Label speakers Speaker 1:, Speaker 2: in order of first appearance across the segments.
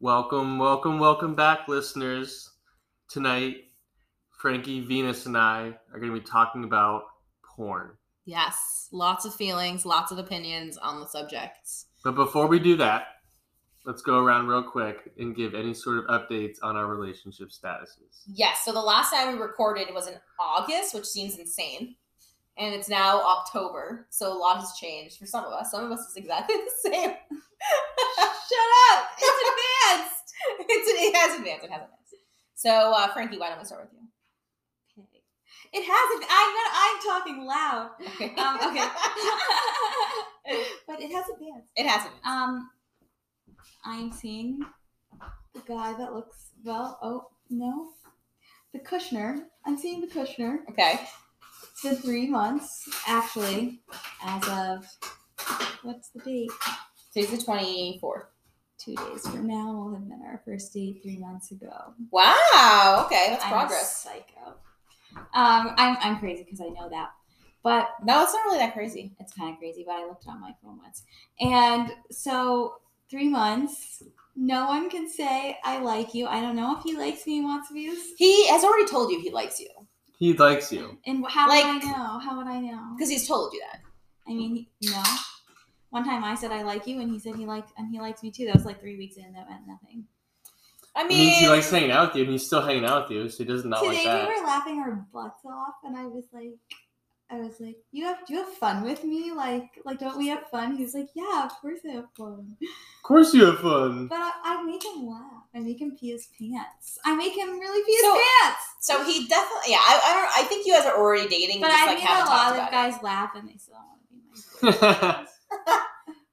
Speaker 1: Welcome, welcome, welcome back, listeners. Tonight, Frankie, Venus, and I are going to be talking about porn.
Speaker 2: Yes, lots of feelings, lots of opinions on the subjects.
Speaker 1: But before we do that, let's go around real quick and give any sort of updates on our relationship statuses.
Speaker 2: Yes, so the last time we recorded was in August, which seems insane. And it's now October, so a lot has changed for some of us. Some of us is exactly the same. Shut up! It's advanced! It's it has advanced, it has advanced. So, uh, Frankie, why don't we start with you?
Speaker 3: It has. Ad- I'm not, I'm talking loud,
Speaker 2: Okay.
Speaker 3: Um, okay. but it has advanced.
Speaker 2: it has advanced.
Speaker 3: Um, I'm seeing the guy that looks well. Oh no, the Kushner. I'm seeing the Kushner.
Speaker 2: Okay.
Speaker 3: It's been three months actually, as of what's the date?
Speaker 2: Today's the 24th.
Speaker 3: Two days from now will have been our first date three months ago.
Speaker 2: Wow. Okay, that's
Speaker 3: I'm a
Speaker 2: progress.
Speaker 3: Psycho. Um, I'm I'm crazy because I know that, but
Speaker 2: No, it's not really that crazy.
Speaker 3: it's kind of crazy, but I looked it on my phone once. And so three months, no one can say I like you. I don't know if he likes me, wants views.
Speaker 2: He has already told you he likes you
Speaker 1: He likes you.
Speaker 3: And wh- how
Speaker 2: Like-
Speaker 3: would I know? How would I know?
Speaker 2: because he's told you that.
Speaker 3: I mean, he- no. One time I said I like you, and he said he liked, and he likes me too. That was like three weeks in. That meant nothing.
Speaker 2: I
Speaker 1: It
Speaker 2: mean,
Speaker 1: means he likes hanging out with you, and he's still hanging out with you, so he does not
Speaker 3: Today
Speaker 1: like that.
Speaker 3: we were laughing our butts off, and I was like. I was like, "You have, do you have fun with me? Like, like, don't we have fun?" He's like, "Yeah, of course I have fun."
Speaker 1: Of course, you have fun.
Speaker 3: But I, I make him laugh. I make him pee his pants. I make him really pee his
Speaker 2: So-
Speaker 3: pants.
Speaker 2: so he definitely. Yeah, I, I don't. I think you guys are already dating.
Speaker 3: But
Speaker 2: you just,
Speaker 3: I
Speaker 2: like,
Speaker 3: made
Speaker 2: haven't
Speaker 3: a
Speaker 2: talked
Speaker 3: lot
Speaker 2: about
Speaker 3: of
Speaker 2: it.
Speaker 3: guys laugh and they still don't want to be my friend.
Speaker 1: okay.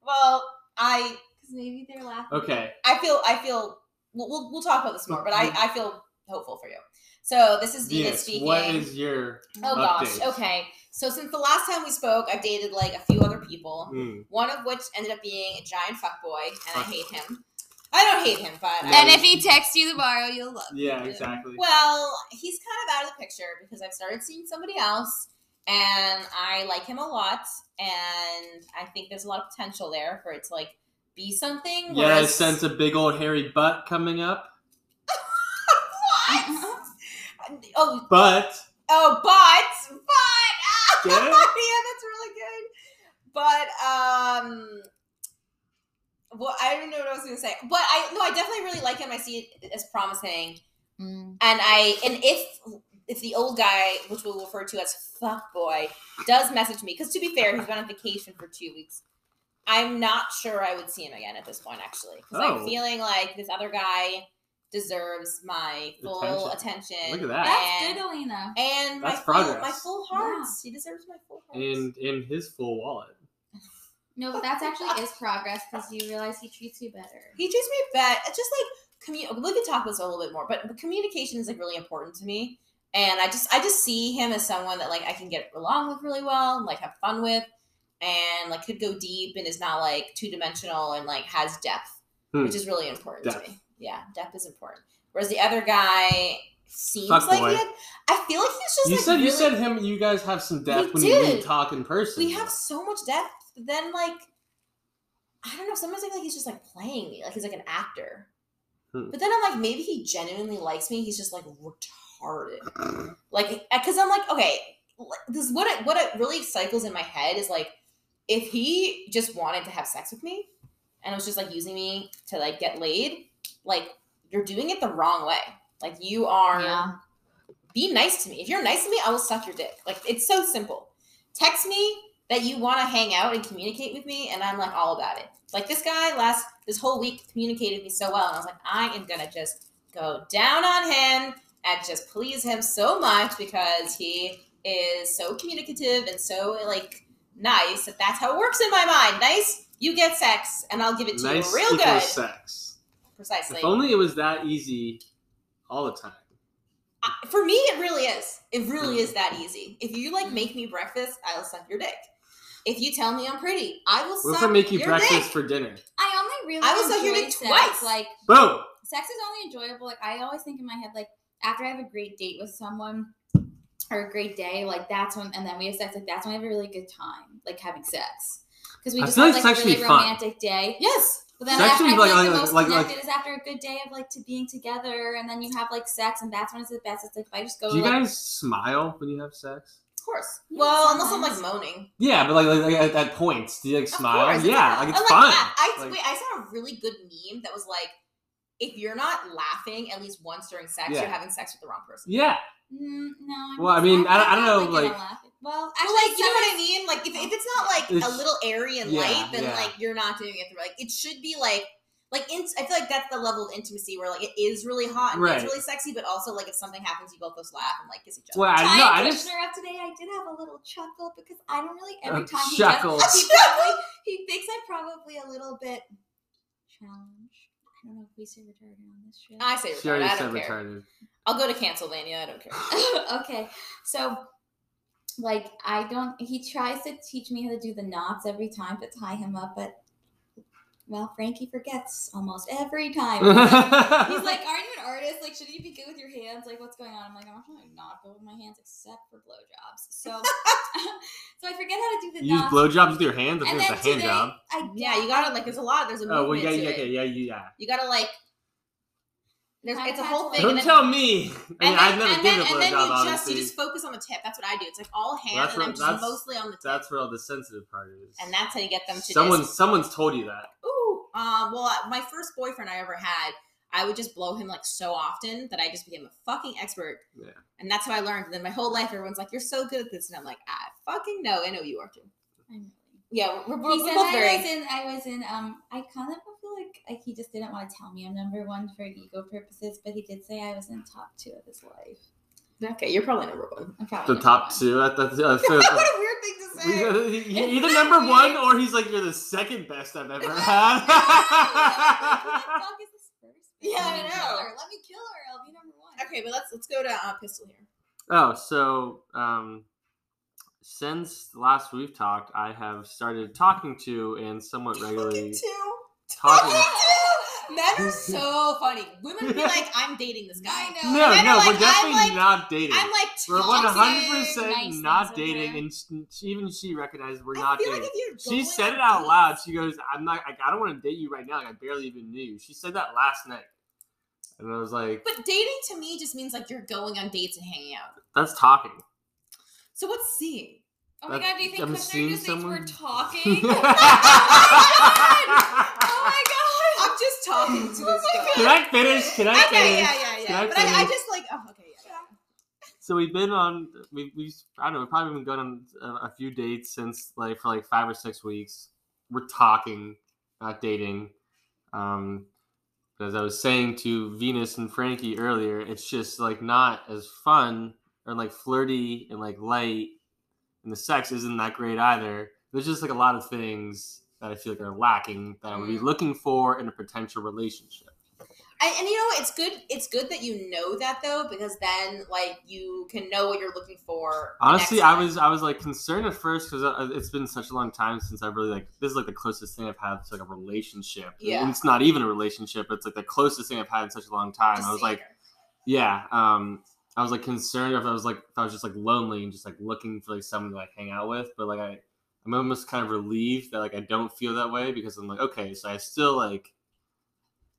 Speaker 2: Well, I
Speaker 3: Because maybe they're laughing.
Speaker 2: I feel I feel we'll, we'll, we'll talk about this more, but I,
Speaker 1: Mm-hmm.
Speaker 2: I feel hopeful for you. So this is Venus
Speaker 1: Venus,
Speaker 2: speaking.
Speaker 1: what is your.
Speaker 2: oh gosh,
Speaker 1: updates?
Speaker 2: okay. So since the last time we spoke, I've dated like a few other people.
Speaker 1: Mm.
Speaker 2: One of which ended up being a giant fuckboy, and I hate him. I don't hate him, but I-
Speaker 1: And if
Speaker 3: he texts you tomorrow, you'll love
Speaker 1: Yeah, exactly.
Speaker 2: well, he's kind of out of the picture because I've started seeing somebody else, and I like him a lot, and I think there's a lot of potential there for it to like be something.
Speaker 1: yeah, I
Speaker 2: whereas-
Speaker 1: sense a big old hairy butt coming up,
Speaker 2: What? oh,
Speaker 1: but
Speaker 2: Oh, but but
Speaker 1: Get
Speaker 2: yeah,
Speaker 1: it?
Speaker 2: that's really good. But um, well, I don't know what I was gonna say. But I no, I definitely really like him. I see it as promising, and I and if if the old guy, which we'll refer to as fuck boy, does message me because to be fair, he's been on vacation for two weeks. I'm not sure I would see him again at this point, actually, because I'm
Speaker 1: Oh.
Speaker 2: feeling like this other guy deserves my full attention.
Speaker 1: Look at that.
Speaker 2: and-
Speaker 3: That's good, Alina.
Speaker 2: and my
Speaker 1: That's
Speaker 2: full, my
Speaker 1: progress.
Speaker 2: full hearts. He deserves my full hearts.
Speaker 1: in in his full wallet.
Speaker 3: No, but that's actually is progress because you realize he treats you better.
Speaker 2: he treats me bad. It's just like commu- we can talk about this a little bit more, but communication is like really important to me. And I just I just see him as someone that like I can get along with really well and like have fun with and like could go deep and is not like two dimensional and like has depth,
Speaker 1: Hmm.
Speaker 2: which is really important
Speaker 1: Depth.
Speaker 2: to me. Yeah, depth is important. Whereas the other guy seems
Speaker 1: Fuck
Speaker 2: like
Speaker 1: boy.
Speaker 2: he had, I feel like he's just
Speaker 1: You
Speaker 2: like
Speaker 1: said you
Speaker 2: really-
Speaker 1: said him. You guys have some depth when
Speaker 2: We
Speaker 1: you
Speaker 2: did.
Speaker 1: meet talk in person.
Speaker 2: we have so much depth. but Then like, I don't know. Sometimes I feel like he's just like playing me, like he's like an actor.
Speaker 1: Hmm.
Speaker 2: But then I'm like, maybe he genuinely likes me. He's just like retarded. Like, because I'm like, okay, like, this what it, what it really cycles in my head is like, if he just wanted to have sex with me, and was just like using me to like get laid, like you're doing it the wrong way. Like you are be nice to me. If you're nice to me, I will suck your dick. Like it's so simple. Text me that you want to hang out and communicate with me, and I'm like all about it. Like this guy last this whole week communicated with me so well, and I was like, I am gonna just go down on him and just please him so much because he is so communicative and so like nice that that's how it works in my mind. Nice, you get sex, and I'll give it to
Speaker 1: nice
Speaker 2: you real
Speaker 1: equals
Speaker 2: good.
Speaker 1: sex.
Speaker 2: Precisely.
Speaker 1: If only it was that easy all the time.
Speaker 2: I- for me it really is it
Speaker 1: Hmm.
Speaker 2: really is that easy if you like make me breakfast i'll suck your dick if you tell me i'm pretty i will
Speaker 1: What if
Speaker 2: suck
Speaker 1: I make you
Speaker 2: your
Speaker 1: breakfast
Speaker 2: dick.
Speaker 1: for dinner?
Speaker 3: I only really
Speaker 2: I was like, you
Speaker 3: enjoy
Speaker 2: did
Speaker 3: sex.
Speaker 2: twice.
Speaker 3: Like
Speaker 1: Boom.
Speaker 3: sex is only enjoyable. Like I always think in my head, like after I have a great date with someone or a great day, like that's when, and then we have sex. Like that's when I have a really good time, like having sex. Because we
Speaker 1: I
Speaker 3: just
Speaker 1: feel
Speaker 3: have
Speaker 1: like
Speaker 3: like
Speaker 1: sex
Speaker 3: a
Speaker 1: should
Speaker 3: really
Speaker 1: be fun.
Speaker 3: romantic day.
Speaker 2: yes
Speaker 3: But then
Speaker 1: Sex
Speaker 3: after,
Speaker 1: would
Speaker 3: I
Speaker 1: be
Speaker 3: feel like,
Speaker 1: like-
Speaker 3: the
Speaker 1: like-
Speaker 3: most
Speaker 1: like-
Speaker 3: connected is after a good day of like to being together, and then you have like sex, and that's when it's the best. It's like if I just go,
Speaker 1: Do you
Speaker 3: like,
Speaker 1: guys smile when you have sex?
Speaker 2: Of course.
Speaker 3: Yeah,
Speaker 2: well, unless I'm like
Speaker 3: sometimes.
Speaker 2: moaning.
Speaker 1: Yeah, but like, like, like, at, at points, do you like
Speaker 2: Of
Speaker 1: smile?
Speaker 2: course,
Speaker 1: yeah, like
Speaker 2: I'm
Speaker 1: it's fun.
Speaker 2: yeah, I,
Speaker 1: Like-
Speaker 2: wait, I saw a really good meme that was like, if you're not laughing at least once during sex,
Speaker 1: Yeah.
Speaker 2: you're having sex with the wrong person.
Speaker 1: yeah,
Speaker 3: Mm, no. I'm
Speaker 1: Well, I
Speaker 3: just
Speaker 1: mean,
Speaker 3: laughing.
Speaker 1: I don't- I don't
Speaker 3: I'm
Speaker 1: know,
Speaker 3: not gonna
Speaker 1: like-
Speaker 3: laugh. well,
Speaker 2: But
Speaker 3: actually,
Speaker 2: like, you know what I
Speaker 3: sometimes-
Speaker 2: mean? Like, if, if it's not like a
Speaker 1: It's-
Speaker 2: little airy and
Speaker 1: yeah,
Speaker 2: light, then
Speaker 1: yeah.
Speaker 2: like you're not doing it through. Like, it should be like, like in, I feel like that's the level of intimacy where like it is really hot and
Speaker 1: Right.
Speaker 2: it's really sexy, but also like if something happens, you both just laugh and like kiss each other.
Speaker 1: well, I, no,
Speaker 3: time
Speaker 1: I just
Speaker 3: conditioner of today, I did have a little chuckle because I don't really
Speaker 1: A
Speaker 3: every time he
Speaker 1: chuckle.
Speaker 3: does, he probably he thinks I'm probably a little bit challenged. I don't know if we say retarded on this show.
Speaker 2: I say
Speaker 1: she
Speaker 2: retarded.
Speaker 1: already
Speaker 2: I
Speaker 1: said
Speaker 2: don't care.
Speaker 1: retarded.
Speaker 2: I'll go to Cancelvania. I don't care.
Speaker 3: okay, so like I don't. He tries to teach me how to do the knots every time to tie him up, but well, Frankie forgets almost every time. He's like, aren't you an artist? Like, shouldn't you be good with your hands? Like, what's going on? I'm like, I'm actually not good with my hands except for blowjobs. So, so I forget how to do the
Speaker 1: you use
Speaker 3: knots.
Speaker 1: blowjobs with your hands. I
Speaker 3: and
Speaker 1: think it's
Speaker 3: then
Speaker 1: a hand
Speaker 3: today,
Speaker 1: job.
Speaker 3: I
Speaker 2: yeah, you gotta like. There's a lot. There's a movement
Speaker 1: Oh well, yeah,
Speaker 2: to
Speaker 1: yeah,
Speaker 2: it.
Speaker 1: okay, yeah, you- yeah.
Speaker 2: You gotta like. There's,
Speaker 3: Kind
Speaker 2: it's a
Speaker 3: of
Speaker 2: whole
Speaker 3: has
Speaker 2: thing.
Speaker 3: to-
Speaker 1: Don't
Speaker 2: and then-
Speaker 1: tell me. I mean,
Speaker 2: and
Speaker 1: I've
Speaker 2: then,
Speaker 1: never
Speaker 2: and
Speaker 1: given
Speaker 2: then,
Speaker 1: a
Speaker 2: and then
Speaker 1: blowjob,
Speaker 2: you just
Speaker 1: obviously.
Speaker 2: you just focus on the tip. That's what I do. It's like all hand,
Speaker 1: That's
Speaker 2: and
Speaker 1: what-
Speaker 2: I'm just
Speaker 1: that's-
Speaker 2: mostly on the tip.
Speaker 1: That's where all the sensitive part is.
Speaker 2: and that's how you get them to
Speaker 1: someone,
Speaker 2: just.
Speaker 1: someone's told you that.
Speaker 2: Ooh. Uh, well, I- my first boyfriend I ever had, I would just blow him like so often that I just became a fucking expert.
Speaker 1: Yeah.
Speaker 2: And that's how I learned. And then my whole life, everyone's like, "You're so good at this," and I'm like, "I fucking know. I know you are too."
Speaker 3: I'm really-
Speaker 2: Yeah, we're, we're,
Speaker 3: He
Speaker 2: we're
Speaker 3: said
Speaker 2: both
Speaker 3: I
Speaker 2: very.
Speaker 3: was in. I was in. Um, I kind of feel like like he just didn't want to tell me I'm number one for ego purposes, but he did say I was in top two of his life.
Speaker 2: Okay, you're probably number one.
Speaker 3: I'm probably
Speaker 1: The
Speaker 3: number
Speaker 1: top
Speaker 3: one.
Speaker 1: two. That, that's, that's,
Speaker 2: what a weird thing to say.
Speaker 1: Either number one or he's like, you're the second best I've ever
Speaker 3: Who the
Speaker 1: had.
Speaker 3: fuck is this first?
Speaker 2: Yeah, I
Speaker 3: Let me kill
Speaker 2: know.
Speaker 3: her. Let me kill her. I'll be number one.
Speaker 2: Okay, but let's let's go to uh, pistol here.
Speaker 1: oh, so um, since last we've talked, I have started talking to and somewhat regularly
Speaker 2: Two.
Speaker 1: talking.
Speaker 2: Men are so funny. Women be like, I'm dating this guy.
Speaker 3: I know.
Speaker 1: No,
Speaker 3: And then
Speaker 2: Men are
Speaker 1: no,
Speaker 2: like,
Speaker 1: we're definitely
Speaker 2: I'm like,
Speaker 1: not dating.
Speaker 2: I'm like
Speaker 1: we're
Speaker 2: toxic.
Speaker 1: one hundred
Speaker 3: nice
Speaker 1: percent
Speaker 3: things
Speaker 1: not
Speaker 3: over
Speaker 1: dating,
Speaker 3: there.
Speaker 1: and she, she- even she recognized we're
Speaker 2: I
Speaker 1: not
Speaker 2: feel
Speaker 1: dating.
Speaker 2: Like if you're
Speaker 1: she
Speaker 2: going
Speaker 1: said
Speaker 2: on
Speaker 1: it out
Speaker 2: dates-
Speaker 1: loud. She goes, "I'm not. Like, I don't want to date you right now. Like, I barely even knew you." She said that last night, and I was like,
Speaker 2: But dating to me just means like you're going on dates and hanging out.
Speaker 1: "That's talking."
Speaker 2: So what's seeing?
Speaker 3: Oh my
Speaker 1: That's-
Speaker 3: god, do you think
Speaker 1: I'm
Speaker 3: Kushner
Speaker 1: seeing
Speaker 3: just thinks
Speaker 1: someone.
Speaker 3: we're talking?
Speaker 1: Did
Speaker 3: Oh my god!
Speaker 2: Ah, I'm just talking to this
Speaker 3: Oh my
Speaker 2: guy.
Speaker 3: God.
Speaker 1: I finish? Can I finish?
Speaker 2: Okay, yeah, yeah, yeah.
Speaker 1: Can I
Speaker 2: but I, I
Speaker 1: finish?
Speaker 2: just like, oh, okay, yeah. yeah.
Speaker 1: So we've been on. We we I don't know. We've probably been going on a, a few dates since like for like five or six weeks. We're talking, not dating. Um, but as I was saying to Venus and Frankie earlier, it's just like not as fun or like flirty and like light, and the sex isn't that great either. There's just like a lot of things that I feel like are lacking that I would be
Speaker 2: Mm.
Speaker 1: looking for in a potential relationship.
Speaker 2: And, and you know, what? it's good. It's good that you know that though, because then like you can know what you're looking for. the
Speaker 1: Honestly,
Speaker 2: next
Speaker 1: I
Speaker 2: time.
Speaker 1: was I was like concerned at first because it's been such a long time since I've really like this is like the closest thing I've had to like a relationship.
Speaker 2: Yeah.
Speaker 1: and it's not even a relationship. It's like the closest thing I've had in such a long time.
Speaker 2: Just
Speaker 1: I was
Speaker 2: seeing
Speaker 1: like,
Speaker 2: her.
Speaker 1: yeah, um, I was like concerned if I was like if I was just like lonely and just like looking for like someone to like hang out with. But like I, I'm almost kind of relieved that like I don't feel that way because I'm like okay, so I still like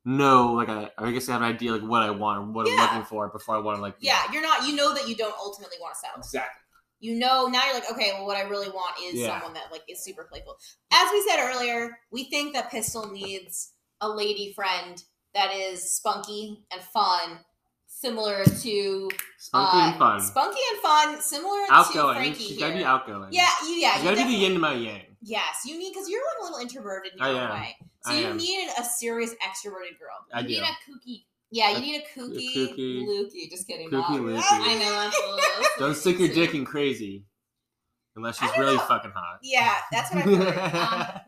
Speaker 1: know like I I guess I have an idea like what I want or what
Speaker 2: Yeah.
Speaker 1: I'm looking for before I want to like
Speaker 2: yeah, you're not. You know that you don't ultimately want to settle.
Speaker 1: exactly.
Speaker 2: you know now you're like okay well what i really want is
Speaker 1: Yeah.
Speaker 2: someone that like is super playful as we said earlier we think that pistol needs a lady friend that is spunky and fun similar to
Speaker 1: Spunky
Speaker 2: uh,
Speaker 1: and fun.
Speaker 2: spunky and fun similar
Speaker 1: outgoing.
Speaker 2: to frankie
Speaker 1: She's
Speaker 2: here.
Speaker 1: gotta be outgoing.
Speaker 2: yeah you, yeah
Speaker 1: She's gotta
Speaker 2: you
Speaker 1: be the
Speaker 2: definitely-
Speaker 1: yin to my yang.
Speaker 2: yes you need because you're like a little introverted in your
Speaker 1: I
Speaker 2: own
Speaker 1: am.
Speaker 2: way so
Speaker 1: I
Speaker 2: you
Speaker 1: am.
Speaker 2: need a serious extroverted girl
Speaker 1: I
Speaker 3: you
Speaker 1: do.
Speaker 3: need a kooky.
Speaker 2: yeah
Speaker 1: A-
Speaker 2: you need a kooky,
Speaker 1: kooky-
Speaker 2: looky just kidding
Speaker 1: kooky
Speaker 2: not-
Speaker 1: looky.
Speaker 2: i know that's a little
Speaker 1: Don't stick your dick in crazy, unless
Speaker 2: I
Speaker 1: she's
Speaker 2: don't
Speaker 1: really
Speaker 2: know.
Speaker 1: fucking hot.
Speaker 2: yeah that's what i've heard um,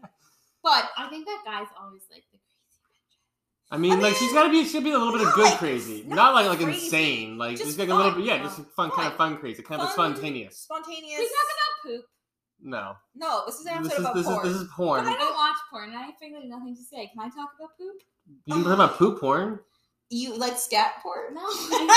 Speaker 2: but
Speaker 3: I think that guy's always like the crazy
Speaker 1: I mean,
Speaker 2: I
Speaker 1: like she's
Speaker 2: mean,
Speaker 1: gotta be. She should be a little bit of
Speaker 2: not
Speaker 1: good
Speaker 2: like-
Speaker 1: crazy,
Speaker 2: not
Speaker 1: not like like
Speaker 2: crazy,
Speaker 1: insane. Like
Speaker 2: just
Speaker 1: just, like a little
Speaker 2: fun,
Speaker 1: bit. Yeah,
Speaker 3: you
Speaker 1: just
Speaker 3: know,
Speaker 1: fun, kind
Speaker 2: fun.
Speaker 1: of fun crazy, kind of
Speaker 2: Fun.
Speaker 1: spontaneous.
Speaker 2: spontaneous
Speaker 3: bitch. We talk about poop.
Speaker 1: No,
Speaker 2: No, this is an
Speaker 1: this
Speaker 2: episode
Speaker 1: is
Speaker 2: about
Speaker 1: this
Speaker 2: porn.
Speaker 1: is this is porn.
Speaker 3: I don't watch porn. and I figured nothing to say. Can I talk about poop?
Speaker 1: You can talk about poop porn.
Speaker 2: You like scat porn?
Speaker 3: No.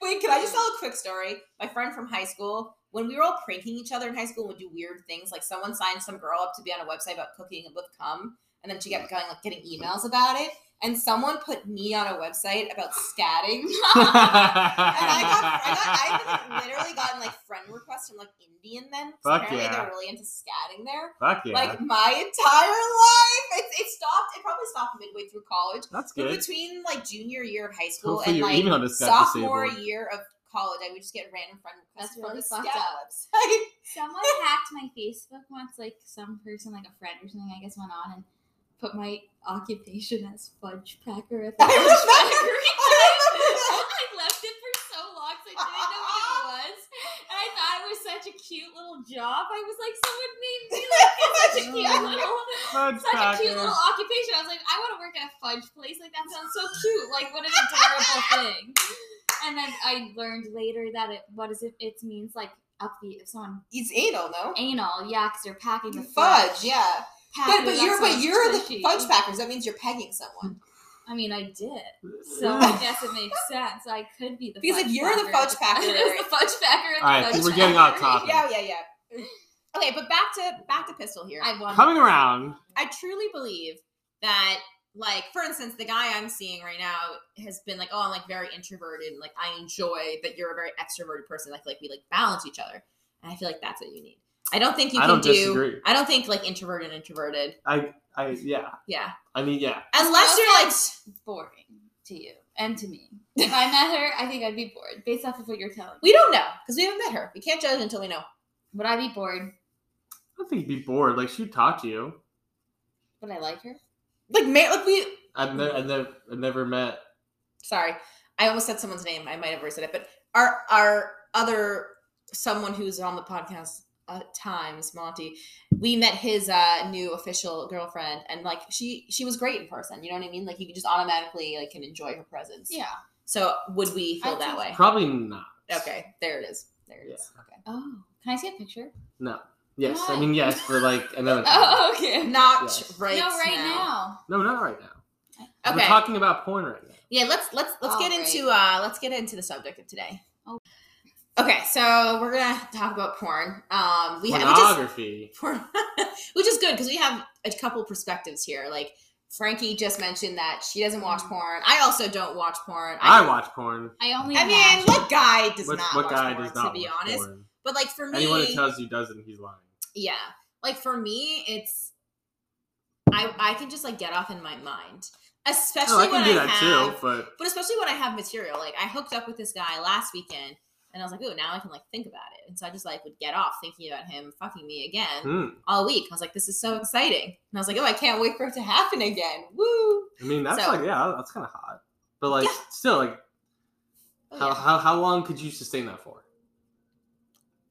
Speaker 2: Wait, can I just tell a quick story? My friend from high school, when we were all pranking each other in high school, would do weird things. Like someone signed some girl up to be on a website about cooking with cum, and then she kept going like getting emails about it. And someone put me on a website about scatting. and I got, I got, I've literally gotten like friend requests from like Indian men. 'cause
Speaker 1: Fuck
Speaker 2: apparently
Speaker 1: yeah.
Speaker 2: they're really into scatting there.
Speaker 1: Fuck yeah.
Speaker 2: Like my entire life, it, it stopped. It probably stopped midway through college.
Speaker 1: That's
Speaker 2: But
Speaker 1: good.
Speaker 2: between like junior year of high school
Speaker 1: Hopefully your
Speaker 2: and like
Speaker 1: email just got
Speaker 2: sophomore
Speaker 1: disabled.
Speaker 2: year of college, I would just get random friend requests
Speaker 3: That's
Speaker 2: from
Speaker 3: really
Speaker 2: the
Speaker 3: fucked
Speaker 2: scout
Speaker 3: up.
Speaker 2: website.
Speaker 3: Someone hacked my Facebook once, like some person, like a friend or something, I guess, went on and put my occupation as fudge packer at the
Speaker 2: I
Speaker 3: fudge
Speaker 2: remember-
Speaker 3: factory.
Speaker 2: I
Speaker 3: I left it for so long 'cause I didn't know what it was. And I thought it was such a cute little job. I was like, someone named me like it's such a cute little
Speaker 1: Fudge
Speaker 3: such a cute
Speaker 1: packer.
Speaker 3: little occupation. I was like, I want to work at a fudge place. Like that sounds so cute. Like what an adorable thing. And then I learned later that it what is it? It means like upbeat. If someone
Speaker 2: It's anal, no?
Speaker 3: anal, yeah, because they're packing the
Speaker 2: Fudge, yeah.
Speaker 3: Packer,
Speaker 2: But but
Speaker 3: that
Speaker 2: you're but
Speaker 3: sounds
Speaker 2: you're the
Speaker 3: squishy.
Speaker 2: fudge packers. That means you're pegging someone.
Speaker 3: I mean, I did, so I guess it makes sense. I could be the
Speaker 2: Because if
Speaker 3: fudge
Speaker 2: you're the
Speaker 3: packer.
Speaker 2: fudge packer-
Speaker 3: There's the fudge packer. and the
Speaker 1: All right,
Speaker 3: fudge
Speaker 1: we're getting off
Speaker 3: packer.
Speaker 1: topic.
Speaker 2: Yeah, yeah, yeah. Okay, but back to back to pistol here.
Speaker 3: I won.
Speaker 1: Coming around.
Speaker 2: I truly believe that, like, for instance, the guy I'm seeing right now has been like, oh, I'm like very introverted, and like I enjoy that you're a very extroverted person. I feel like we like balance each other, and I feel like that's what you need. I don't think you
Speaker 1: I
Speaker 2: can
Speaker 1: don't
Speaker 2: do.
Speaker 1: disagree.
Speaker 2: I don't think like introverted, introverted.
Speaker 1: I, I, yeah.
Speaker 2: Yeah,
Speaker 1: I mean, yeah.
Speaker 2: unless
Speaker 3: Well,
Speaker 2: you're like,
Speaker 3: that's boring to you and to me. If I met her, I think I'd be bored based off of what you're telling. me.
Speaker 2: we don't know because we haven't met her. We can't judge until we know.
Speaker 3: Would I be bored?
Speaker 1: I don't think you'd be bored. Like, she taught you.
Speaker 3: Would I like her?
Speaker 2: Like, ma- like we.
Speaker 1: I've, ne- I've, never, I've never met.
Speaker 2: Sorry, I almost said someone's name. I might have said it, but our our other someone who's on the podcast at times, Monty, we met his uh, new official girlfriend, and like she she was great in person. You know what I mean? Like you just automatically like can enjoy her presence.
Speaker 3: Yeah.
Speaker 2: So would we feel
Speaker 3: I
Speaker 2: that way?
Speaker 3: think
Speaker 1: Probably not.
Speaker 2: okay, there it is. There it is.
Speaker 3: Oh, can I see a picture?
Speaker 1: No. Yes. I
Speaker 3: Why?
Speaker 1: mean, yes, for like another time.
Speaker 3: Oh, okay.
Speaker 2: Okay. Not
Speaker 1: Yes.
Speaker 2: right.
Speaker 3: no, right
Speaker 2: now.
Speaker 3: now.
Speaker 1: No, not right now. We're
Speaker 2: Okay.
Speaker 1: talking about porn right now.
Speaker 2: Yeah, let's let's let's get
Speaker 3: All
Speaker 2: into uh let's get into the subject of today.
Speaker 3: Oh.
Speaker 2: Okay, so we're gonna talk about porn. Um, we have we just
Speaker 1: Pornography.
Speaker 2: for- which is good because we have a couple perspectives here. Like Frankie just mentioned that she doesn't watch porn. I also don't watch porn.
Speaker 1: Mm-hmm. I watch porn.
Speaker 3: I only.
Speaker 2: I mean,
Speaker 3: imagine.
Speaker 2: what guy does
Speaker 1: What,
Speaker 2: not
Speaker 1: what
Speaker 2: watch
Speaker 1: guy
Speaker 2: porn?
Speaker 1: does not
Speaker 2: to be
Speaker 1: watch
Speaker 2: honest,
Speaker 1: porn?
Speaker 2: but like for me,
Speaker 1: Anyone who tells you doesn't, he's lying.
Speaker 2: yeah, like for me, it's I I can just like get off in my mind, especially
Speaker 1: Oh, I can
Speaker 2: when
Speaker 1: do
Speaker 2: I
Speaker 1: that
Speaker 2: have
Speaker 1: too, but
Speaker 2: but especially when I have material, like I hooked up with this guy last weekend, and I was like, "Ooh, now I can like think about it." And so I just like would get off thinking about him fucking me again
Speaker 1: hmm,
Speaker 2: all week. I was like, "This is so exciting," and I was like, "Oh, I can't wait for it to happen again." Woo! Oh,
Speaker 1: I mean that's
Speaker 2: So-
Speaker 1: like yeah, that's kind of hot. But like
Speaker 2: Yeah.
Speaker 1: still, like
Speaker 2: Oh,
Speaker 1: how,
Speaker 2: yeah.
Speaker 1: how how long could you sustain that for?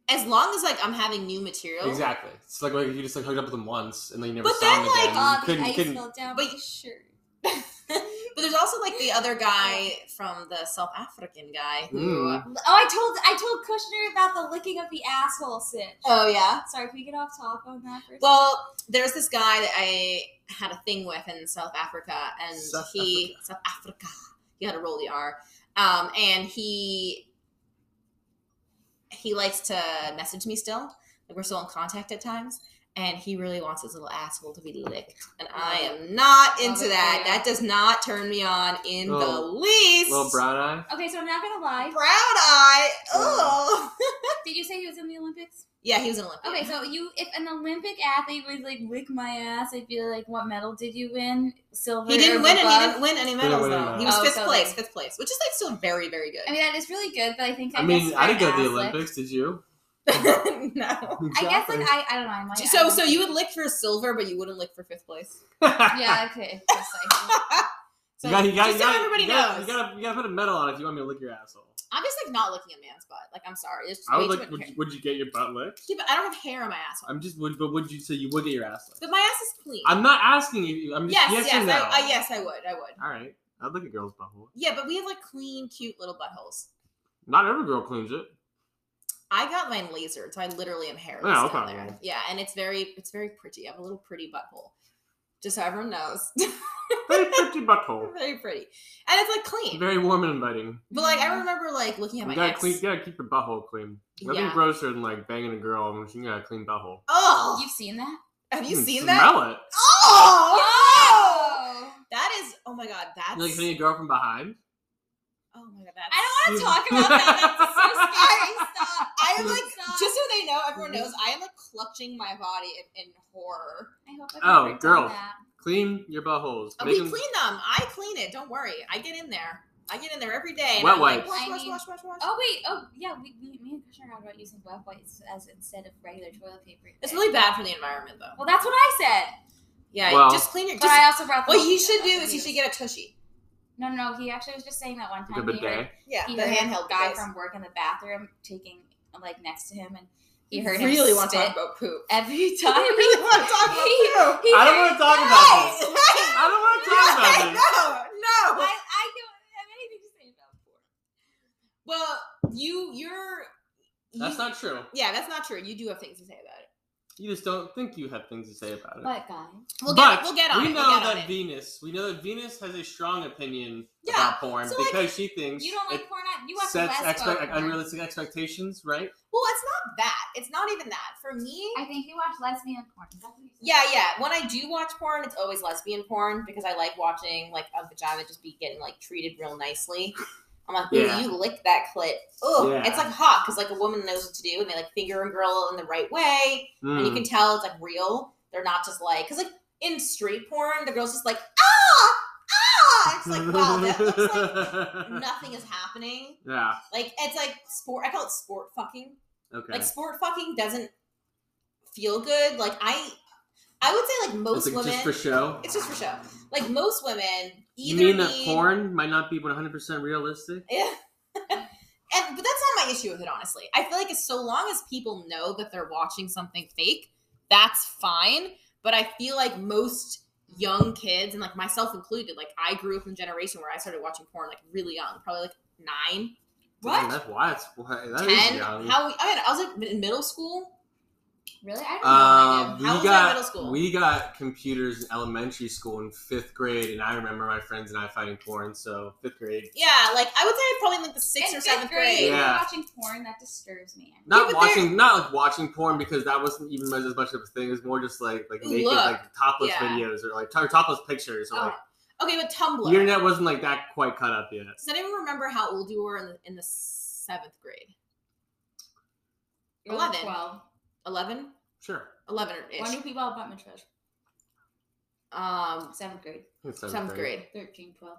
Speaker 2: As long as like I'm having new material,
Speaker 1: Exactly. It's like, like you just like hooked up with them once and then you never
Speaker 2: But
Speaker 1: saw
Speaker 2: then,
Speaker 1: them
Speaker 2: like,
Speaker 1: again. You
Speaker 3: Oh, the
Speaker 1: couldn't
Speaker 3: ice
Speaker 1: couldn't.
Speaker 3: melt down
Speaker 2: but-
Speaker 3: my shirt.
Speaker 2: but there's also like the other guy from the South African guy who. uh,
Speaker 1: Mm.
Speaker 3: Oh, I told I told Kushner about the licking of the asshole sitch.
Speaker 2: Oh yeah.
Speaker 3: Sorry, can we get off top on that for a
Speaker 2: Well, there's this guy that I had a thing with in South Africa, and
Speaker 1: South
Speaker 2: he South Africa. You got to roll the R. Um, and he he likes to message me still. Like we're still in contact at times. And he really wants his little asshole to be licked, and I am not
Speaker 3: Love
Speaker 2: into
Speaker 3: it for
Speaker 2: that.
Speaker 3: you.
Speaker 2: That does not turn me on in the
Speaker 1: Little-
Speaker 2: least.
Speaker 1: Little brown eye.
Speaker 3: second? Okay, so I'm not gonna lie.
Speaker 2: Proud eye.
Speaker 1: Oh.
Speaker 2: Oh.
Speaker 3: Did you say he was in the Olympics?
Speaker 2: yeah, he was an Olympian.
Speaker 3: Okay, so you if an Olympic athlete would like lick my ass, I'd be like, what medal did you win? Silver.
Speaker 2: He didn't win, and he
Speaker 3: above?"
Speaker 2: didn't win any
Speaker 1: Didn't
Speaker 2: medals
Speaker 1: win any
Speaker 2: though. He was
Speaker 3: medals. Oh,
Speaker 2: fifth
Speaker 3: so
Speaker 2: place,
Speaker 3: like-
Speaker 2: fifth place, which is like still very, very good.
Speaker 3: I mean that is really good, but I think I,
Speaker 1: I mean,
Speaker 3: guess
Speaker 1: I didn't
Speaker 3: for
Speaker 1: go to the
Speaker 3: ass lick-
Speaker 1: Olympics. Did you?
Speaker 2: no.
Speaker 3: I guess like I, I don't know. I might,
Speaker 2: So, so you would lick for silver, but you wouldn't lick for fifth place.
Speaker 1: Exactly.
Speaker 3: yeah okay. precisely.
Speaker 2: So,
Speaker 1: you got, you got,
Speaker 2: just
Speaker 1: you
Speaker 2: so
Speaker 1: got,
Speaker 2: everybody
Speaker 1: you
Speaker 2: knows,
Speaker 1: Gotta, you gotta, you gotta put a medal on it if you want me to lick your asshole.
Speaker 2: I'm just like not licking a man's butt. Like I'm sorry, there's just
Speaker 1: I would
Speaker 2: way too
Speaker 1: like.
Speaker 2: much
Speaker 1: Would
Speaker 2: hair.
Speaker 1: you, would you get your butt licked?
Speaker 2: Yeah, but I don't have hair on my asshole.
Speaker 1: I'm just. Would, but would you say you would get your ass licked?
Speaker 2: But my ass is clean.
Speaker 1: I'm not asking you. I'm just
Speaker 2: yes,
Speaker 1: yes,
Speaker 2: yes,
Speaker 1: or no.
Speaker 2: I, I, yes, I would, I would.
Speaker 1: All right, I'd lick a girl's butthole.
Speaker 2: Yeah, but we have like clean, cute little buttholes.
Speaker 1: Not every girl cleans it.
Speaker 2: I got mine lasered, so I literally am hairless
Speaker 1: Yeah, Oh, okay.
Speaker 2: down there. Yeah, and it's very, it's very pretty. I have a little pretty butthole. Just so everyone knows,
Speaker 1: Very pretty butthole.
Speaker 2: very pretty, and it's like clean.
Speaker 1: Very warm and inviting.
Speaker 2: But like I remember like looking at
Speaker 1: you
Speaker 2: my
Speaker 1: gotta
Speaker 2: ex.
Speaker 1: clean. You gotta keep your butthole clean. Nothing
Speaker 2: Yeah.
Speaker 1: grosser than like banging a girl when she got a clean butthole.
Speaker 2: Oh,
Speaker 1: Hmm,
Speaker 3: You've seen that?
Speaker 2: have you
Speaker 1: can
Speaker 2: seen that?
Speaker 1: smell it.
Speaker 2: Oh! my god, that's.
Speaker 1: You like hitting a girl from behind?
Speaker 2: oh my god, that's.
Speaker 3: I don't want to talk about that. That's so scary. Stop.
Speaker 2: I am like,
Speaker 3: Stop.
Speaker 2: just so they know, everyone knows, I am like clutching my body in, in horror.
Speaker 3: I hope I've
Speaker 1: Oh,
Speaker 3: never done
Speaker 1: girls.
Speaker 3: that.
Speaker 1: Clean your buttholes.
Speaker 2: Oh,
Speaker 1: Make
Speaker 2: we
Speaker 1: 'em-
Speaker 2: clean them. I clean it. Don't worry. I get in there. I get in there every day. And
Speaker 1: Wet
Speaker 2: I'm
Speaker 1: wipes.
Speaker 2: like, wash,
Speaker 3: I
Speaker 2: wash,
Speaker 3: mean-
Speaker 2: wash, wash, wash.
Speaker 3: Oh wait. Oh yeah. We, we me and Christian are about using wet wipes as instead of regular toilet paper.
Speaker 2: It's really bad for the environment, though.
Speaker 3: Well, that's what I said.
Speaker 2: Yeah,
Speaker 1: Well-
Speaker 2: just clean your.
Speaker 3: But
Speaker 2: Just,
Speaker 3: I also brought.
Speaker 2: what
Speaker 3: the-
Speaker 2: you should do is you should get a tushy.
Speaker 3: No, no, no. He actually was just saying that one
Speaker 1: Like a
Speaker 3: time. He heard,
Speaker 1: bidet.
Speaker 2: Yeah,
Speaker 3: he
Speaker 2: the
Speaker 3: heard
Speaker 2: handheld
Speaker 3: a guy
Speaker 2: device.
Speaker 3: from work in the bathroom taking like next to him, and he
Speaker 2: You
Speaker 3: heard him
Speaker 2: really
Speaker 3: spit
Speaker 2: want to talk about poop.
Speaker 3: every
Speaker 2: You
Speaker 3: time.
Speaker 2: really want to talk about poop.
Speaker 3: He
Speaker 1: I don't
Speaker 3: heard-
Speaker 1: want to talk about this. I don't want to talk
Speaker 2: Hey,
Speaker 1: about this.
Speaker 2: no,
Speaker 3: I,
Speaker 2: no.
Speaker 3: I don't have anything to say about poop.
Speaker 2: Well, you, you're. You,
Speaker 1: That's not true.
Speaker 2: Yeah, that's not true. You do have things to say about it.
Speaker 1: You just don't think you have things to say about it.
Speaker 3: What guy?
Speaker 2: We'll
Speaker 1: but
Speaker 2: get, we'll get on
Speaker 1: we
Speaker 2: it.
Speaker 1: know
Speaker 2: we'll get on
Speaker 1: that
Speaker 2: it.
Speaker 1: Venus. We know that Venus has a strong opinion
Speaker 2: Yeah,
Speaker 1: about porn
Speaker 2: so, like,
Speaker 1: because she thinks
Speaker 3: You don't
Speaker 1: it
Speaker 3: like porn? I- You watch
Speaker 1: sets
Speaker 3: less
Speaker 1: expe-
Speaker 3: about porn.
Speaker 1: unrealistic expectations, right?
Speaker 2: Well, it's not that. It's not even that. For me,
Speaker 3: I think you watch lesbian porn. Is that what you said?
Speaker 2: yeah, yeah. When I do watch porn, it's always lesbian porn because I like watching like a vagina just be getting like treated real nicely. I'm like, ooh,
Speaker 1: Yeah.
Speaker 2: you lick that clit. Ugh,
Speaker 1: Yeah.
Speaker 2: it's like hot because like a woman knows what to do and they like finger a girl in the right way and you
Speaker 1: Mm.
Speaker 2: can tell it's like real. They're not just like because like in straight porn, the girl's just like ah
Speaker 1: Hmm.
Speaker 2: ah. It's like wow, that looks like nothing is happening.
Speaker 1: yeah.
Speaker 2: Like it's like sport. I call it sport fucking.
Speaker 1: Okay.
Speaker 2: Like sport fucking doesn't feel good. Like I, I would say like most
Speaker 1: it's like
Speaker 2: women,
Speaker 1: just for show.
Speaker 2: it's just for show. Like most women,
Speaker 1: You
Speaker 2: either
Speaker 1: mean that
Speaker 2: need,
Speaker 1: porn might not be 100% realistic?
Speaker 2: Yeah. and but that's not my issue with it. Honestly, I feel like as so long as people know that they're watching something fake, that's fine. But I feel like most young kids and like myself included, like I grew up in a generation where I started watching porn like really young, probably like nine.
Speaker 1: Damn,
Speaker 2: What?
Speaker 1: that's why it's why, that is
Speaker 2: Ten?
Speaker 1: young.
Speaker 2: How? I mean, I was like, in middle school.
Speaker 3: Really? I don't know.
Speaker 1: Uh,
Speaker 2: How
Speaker 1: we
Speaker 2: was that
Speaker 1: got
Speaker 2: middle school?
Speaker 1: we got computers in elementary school in fifth grade, and I remember my friends and I finding porn. So fifth grade,
Speaker 2: Yeah, like I would say probably in, like the sixth
Speaker 3: In
Speaker 2: or
Speaker 3: fifth
Speaker 2: seventh grade.
Speaker 3: grade,
Speaker 1: Yeah.
Speaker 3: you're watching porn. That disturbs me.
Speaker 1: not
Speaker 2: but
Speaker 1: watching, not like watching porn because that wasn't even as much of a thing. It was more just like like
Speaker 2: Ooh,
Speaker 1: naked,
Speaker 2: look.
Speaker 1: like topless
Speaker 2: Yeah. Oh,
Speaker 1: videos or like or topless pictures. Or, like,
Speaker 2: Okay, but
Speaker 1: the
Speaker 2: Tumblr.
Speaker 1: internet wasn't like that quite cut up yet.
Speaker 2: Does anyone remember how old you were in the, in the seventh grade?
Speaker 3: You're like
Speaker 2: 11.
Speaker 3: Twelve.
Speaker 2: Eleven.
Speaker 1: Sure,
Speaker 2: Eleven
Speaker 3: When do
Speaker 2: ish.
Speaker 3: people have butt trash?
Speaker 2: Um,
Speaker 3: Seventh grade.
Speaker 1: It's seventh
Speaker 2: seventh grade.
Speaker 3: 13, 12.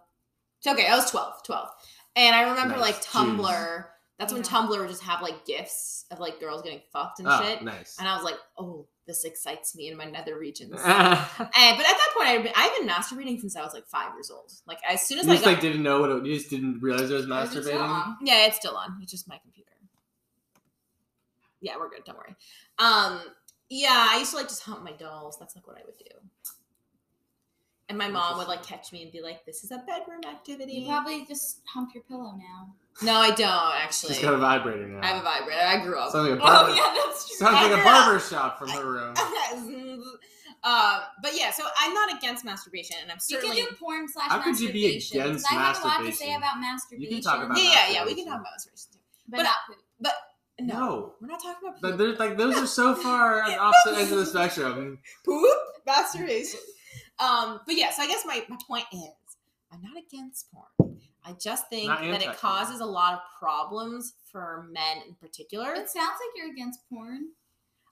Speaker 2: So, okay, I was 12, 12. And I remember
Speaker 1: Nice.
Speaker 2: like Tumblr. That's when
Speaker 3: Yeah.
Speaker 2: Tumblr would just have like gifs of like girls getting fucked and
Speaker 1: Oh,
Speaker 2: shit.
Speaker 1: nice.
Speaker 2: And I was like, oh, this excites me in my nether regions. and,
Speaker 1: you
Speaker 2: but at that point, I'd been, I've been masturbating since I was like five years old. Like as soon as I
Speaker 1: just
Speaker 2: got,
Speaker 1: like didn't know what it, you just didn't realize it was masturbating.
Speaker 2: Yeah, it's still on. It's just my computer. Yeah, we're good. Don't worry. Um, yeah, I used to like just hump my dolls. That's like what I would do. And my mom would like catch me and be like, "This is a bedroom activity."
Speaker 3: You probably just hump your pillow now.
Speaker 2: no, I don't actually.
Speaker 1: She's got a vibrator now.
Speaker 2: I have a vibrator. I grew up.
Speaker 1: Sounds like a barber.
Speaker 2: oh yeah, that's true.
Speaker 1: Sounds
Speaker 2: I
Speaker 1: like a
Speaker 2: grew up.
Speaker 1: barber shop from her room.
Speaker 2: um, but yeah, so I'm not against masturbation, and I'm
Speaker 3: You
Speaker 2: certainly
Speaker 3: can do porn slash
Speaker 1: How could you be
Speaker 3: masturbation, 'cause
Speaker 1: against
Speaker 3: I have a lot to
Speaker 1: masturbation?
Speaker 3: say about masturbation.
Speaker 1: You can talk about
Speaker 2: yeah, yeah, yeah. We
Speaker 1: masturbation.
Speaker 2: can talk about masturbation too.
Speaker 3: but,
Speaker 2: but
Speaker 3: not poop.
Speaker 1: No.
Speaker 2: we're not talking about
Speaker 1: But
Speaker 2: poop.
Speaker 1: there's like those are so far on opposite ends of the spectrum.
Speaker 2: poop masturbation. Um, but yeah, so I guess my, my point is I'm not against porn. I just think
Speaker 1: Not
Speaker 2: that it
Speaker 1: anti-porn.
Speaker 2: causes a lot of problems for men in particular.
Speaker 3: It sounds like you're against porn.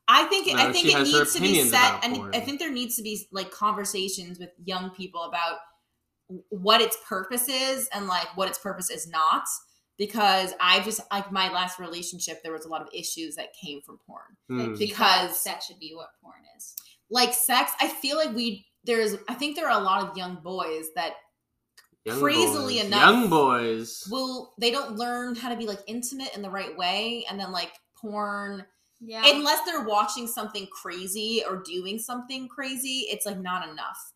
Speaker 2: I think it, I
Speaker 1: No,
Speaker 2: think
Speaker 1: she
Speaker 2: it
Speaker 1: has her
Speaker 2: needs to be
Speaker 1: opinions
Speaker 2: set
Speaker 1: about
Speaker 2: and
Speaker 1: porn.
Speaker 2: I think there needs to be like conversations with young people about what its purpose is and like what its purpose is not because I just like my last relationship there was a lot of issues that came from porn.
Speaker 1: Hmm.
Speaker 3: Like,
Speaker 2: Because-
Speaker 3: that should be what porn is.
Speaker 2: Like sex, I feel like we there's I think there are a lot of young boys that crazily
Speaker 1: boys.
Speaker 2: enough-
Speaker 1: young boys.
Speaker 2: will they don't learn how to be like intimate in the right way and then like porn
Speaker 3: Yeah.
Speaker 2: unless they're watching something crazy or doing something crazy it's like not enough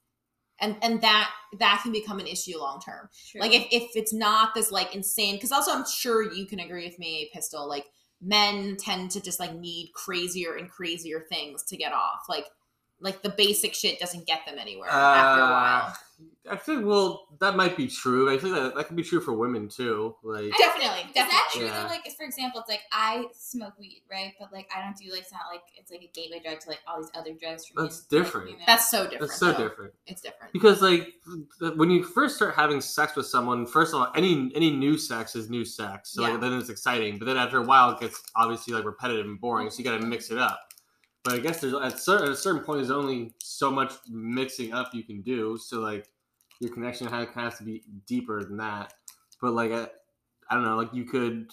Speaker 2: and and that that can become an issue long term
Speaker 3: True.
Speaker 2: like if, if it's not this like insane because also i'm sure you can agree with me pistol like men tend to just like need crazier and crazier things to get off like like the basic shit doesn't get them anywhere after a
Speaker 1: Uh,
Speaker 2: while
Speaker 1: I think well that might be true. I think that that could be true for women too. Like
Speaker 2: Definitely,
Speaker 3: Is that true?
Speaker 2: definitely.
Speaker 1: Yeah.
Speaker 3: Though, like, for example, it's like I smoke weed, right? But like, I don't do like it's not like it's like a gateway drug to like all these other drugs. For me.
Speaker 1: That's
Speaker 3: Like, you
Speaker 1: different.
Speaker 3: know?
Speaker 2: That's so different.
Speaker 1: that's so
Speaker 2: though.
Speaker 1: different
Speaker 2: It's different.
Speaker 1: because like th- when you first start having sex with someone, first of all, any any new sex is new sex. So
Speaker 2: Yeah.
Speaker 1: like then it's exciting, but then after a while it gets obviously like repetitive and boring. So you got to mix it up. But I guess there's at, cer- at a certain point there's only so much mixing up you can do. So like your connection ha- has to be deeper than that. But like I, I don't know, like you could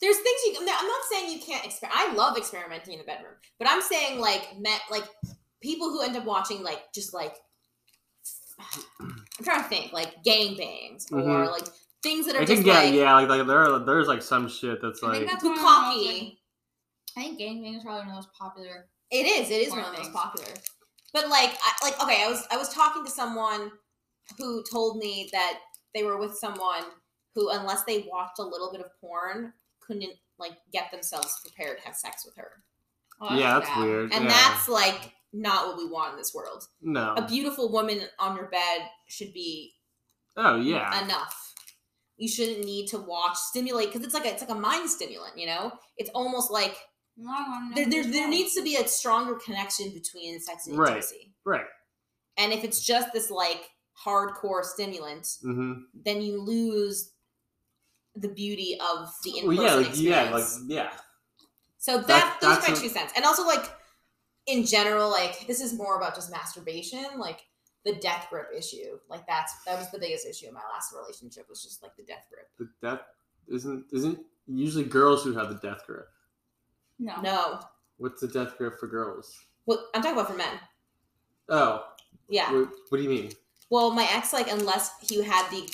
Speaker 2: There's things you. Now, I'm not saying you can't experiment. I love experimenting in the bedroom, but I'm saying like met like people who end up watching like just like I'm trying to think like gang bangs or
Speaker 1: Mhm.
Speaker 2: like things that are
Speaker 1: I
Speaker 2: just
Speaker 1: think yeah,
Speaker 2: like
Speaker 1: yeah, like, like there are, there's like some shit that's
Speaker 3: I
Speaker 1: like
Speaker 3: think that's one of the most, like-
Speaker 2: bukkake.
Speaker 3: I think gangbang is probably one of the most popular.
Speaker 2: It is. It is one
Speaker 3: Porn
Speaker 2: of the most
Speaker 3: things.
Speaker 2: popular. But like, I, like okay, I was I was talking to someone who told me that they were with someone who, unless they watched a little bit of porn, couldn't like get themselves prepared to have sex with her.
Speaker 3: Oh,
Speaker 1: yeah, that's
Speaker 3: bad.
Speaker 1: weird.
Speaker 2: And
Speaker 1: yeah.
Speaker 2: that's like not what we want in this world.
Speaker 1: no.
Speaker 2: A beautiful woman on your bed should be
Speaker 1: Oh yeah.
Speaker 2: enough. You shouldn't need to watch stimulate because it's like a, it's like a mind stimulant. You know, it's almost like
Speaker 3: No, I wanna know
Speaker 2: there, there
Speaker 3: who's
Speaker 2: there
Speaker 3: wrong.
Speaker 2: needs to be a stronger connection between sex and
Speaker 1: Right.
Speaker 2: intimacy.
Speaker 1: Right.
Speaker 2: And if it's just this like hardcore stimulant,
Speaker 1: hmm
Speaker 2: then you lose the beauty of the in-person
Speaker 1: Well, yeah, like,
Speaker 2: experience.
Speaker 1: yeah, like yeah.
Speaker 2: so that,
Speaker 1: that-
Speaker 2: those
Speaker 1: that's
Speaker 2: are my
Speaker 1: a-
Speaker 2: two cents. And also like in general, like this is more about just masturbation, like the death grip issue. Like that's that was the biggest issue in my last relationship was just like the death grip.
Speaker 1: The death isn't isn't usually girls who have the death grip.
Speaker 3: No.
Speaker 2: No.
Speaker 1: What's the death grip for girls?
Speaker 2: Well, I'm talking about for men.
Speaker 1: Oh,
Speaker 2: Yeah.
Speaker 1: what, what do you mean?
Speaker 2: Well, my ex, like, unless he had the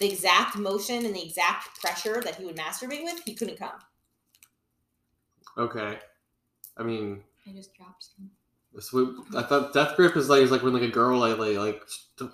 Speaker 2: the exact motion and the exact pressure that he would masturbate with, he couldn't come.
Speaker 1: Okay. I mean,
Speaker 3: I just dropped some.
Speaker 1: this, would- I thought death grip is like is like when like a girl like like, like st-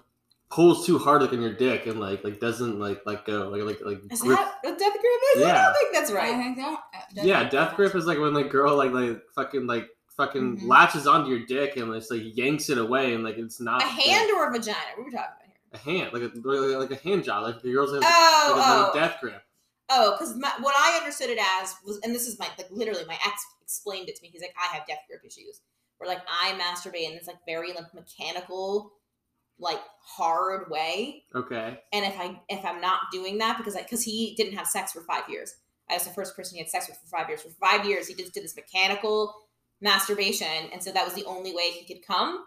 Speaker 1: pulls too hard like on your dick and like like doesn't like let go like like like
Speaker 2: Is
Speaker 1: grip-
Speaker 2: that what death grip is? I
Speaker 1: Yeah.
Speaker 2: don't think that's
Speaker 3: I
Speaker 2: right.
Speaker 3: think that, uh, that-
Speaker 1: yeah, death grip is like when the girl like like fucking like fucking
Speaker 2: Mm-hmm.
Speaker 3: Mhm.
Speaker 1: latches onto your dick and it's like yanks it away and like it's not
Speaker 2: A
Speaker 1: the-
Speaker 2: hand or a vagina? What are we talking about here?
Speaker 1: a hand like a like, like a hand job like the girls have like a
Speaker 2: Oh,
Speaker 1: little
Speaker 2: oh,
Speaker 1: death grip.
Speaker 2: oh, because what I understood it as was, and this is my like literally my ex explained it to me. He's like, I have death grip issues. Where like I masturbate in this like very like mechanical, like hard way.
Speaker 1: Okay,
Speaker 2: and if I if I'm not doing that because like because he didn't have sex for five years. I was the first person he had sex with for five years. For five years, he just did this mechanical masturbation, and so that was the only way he could come.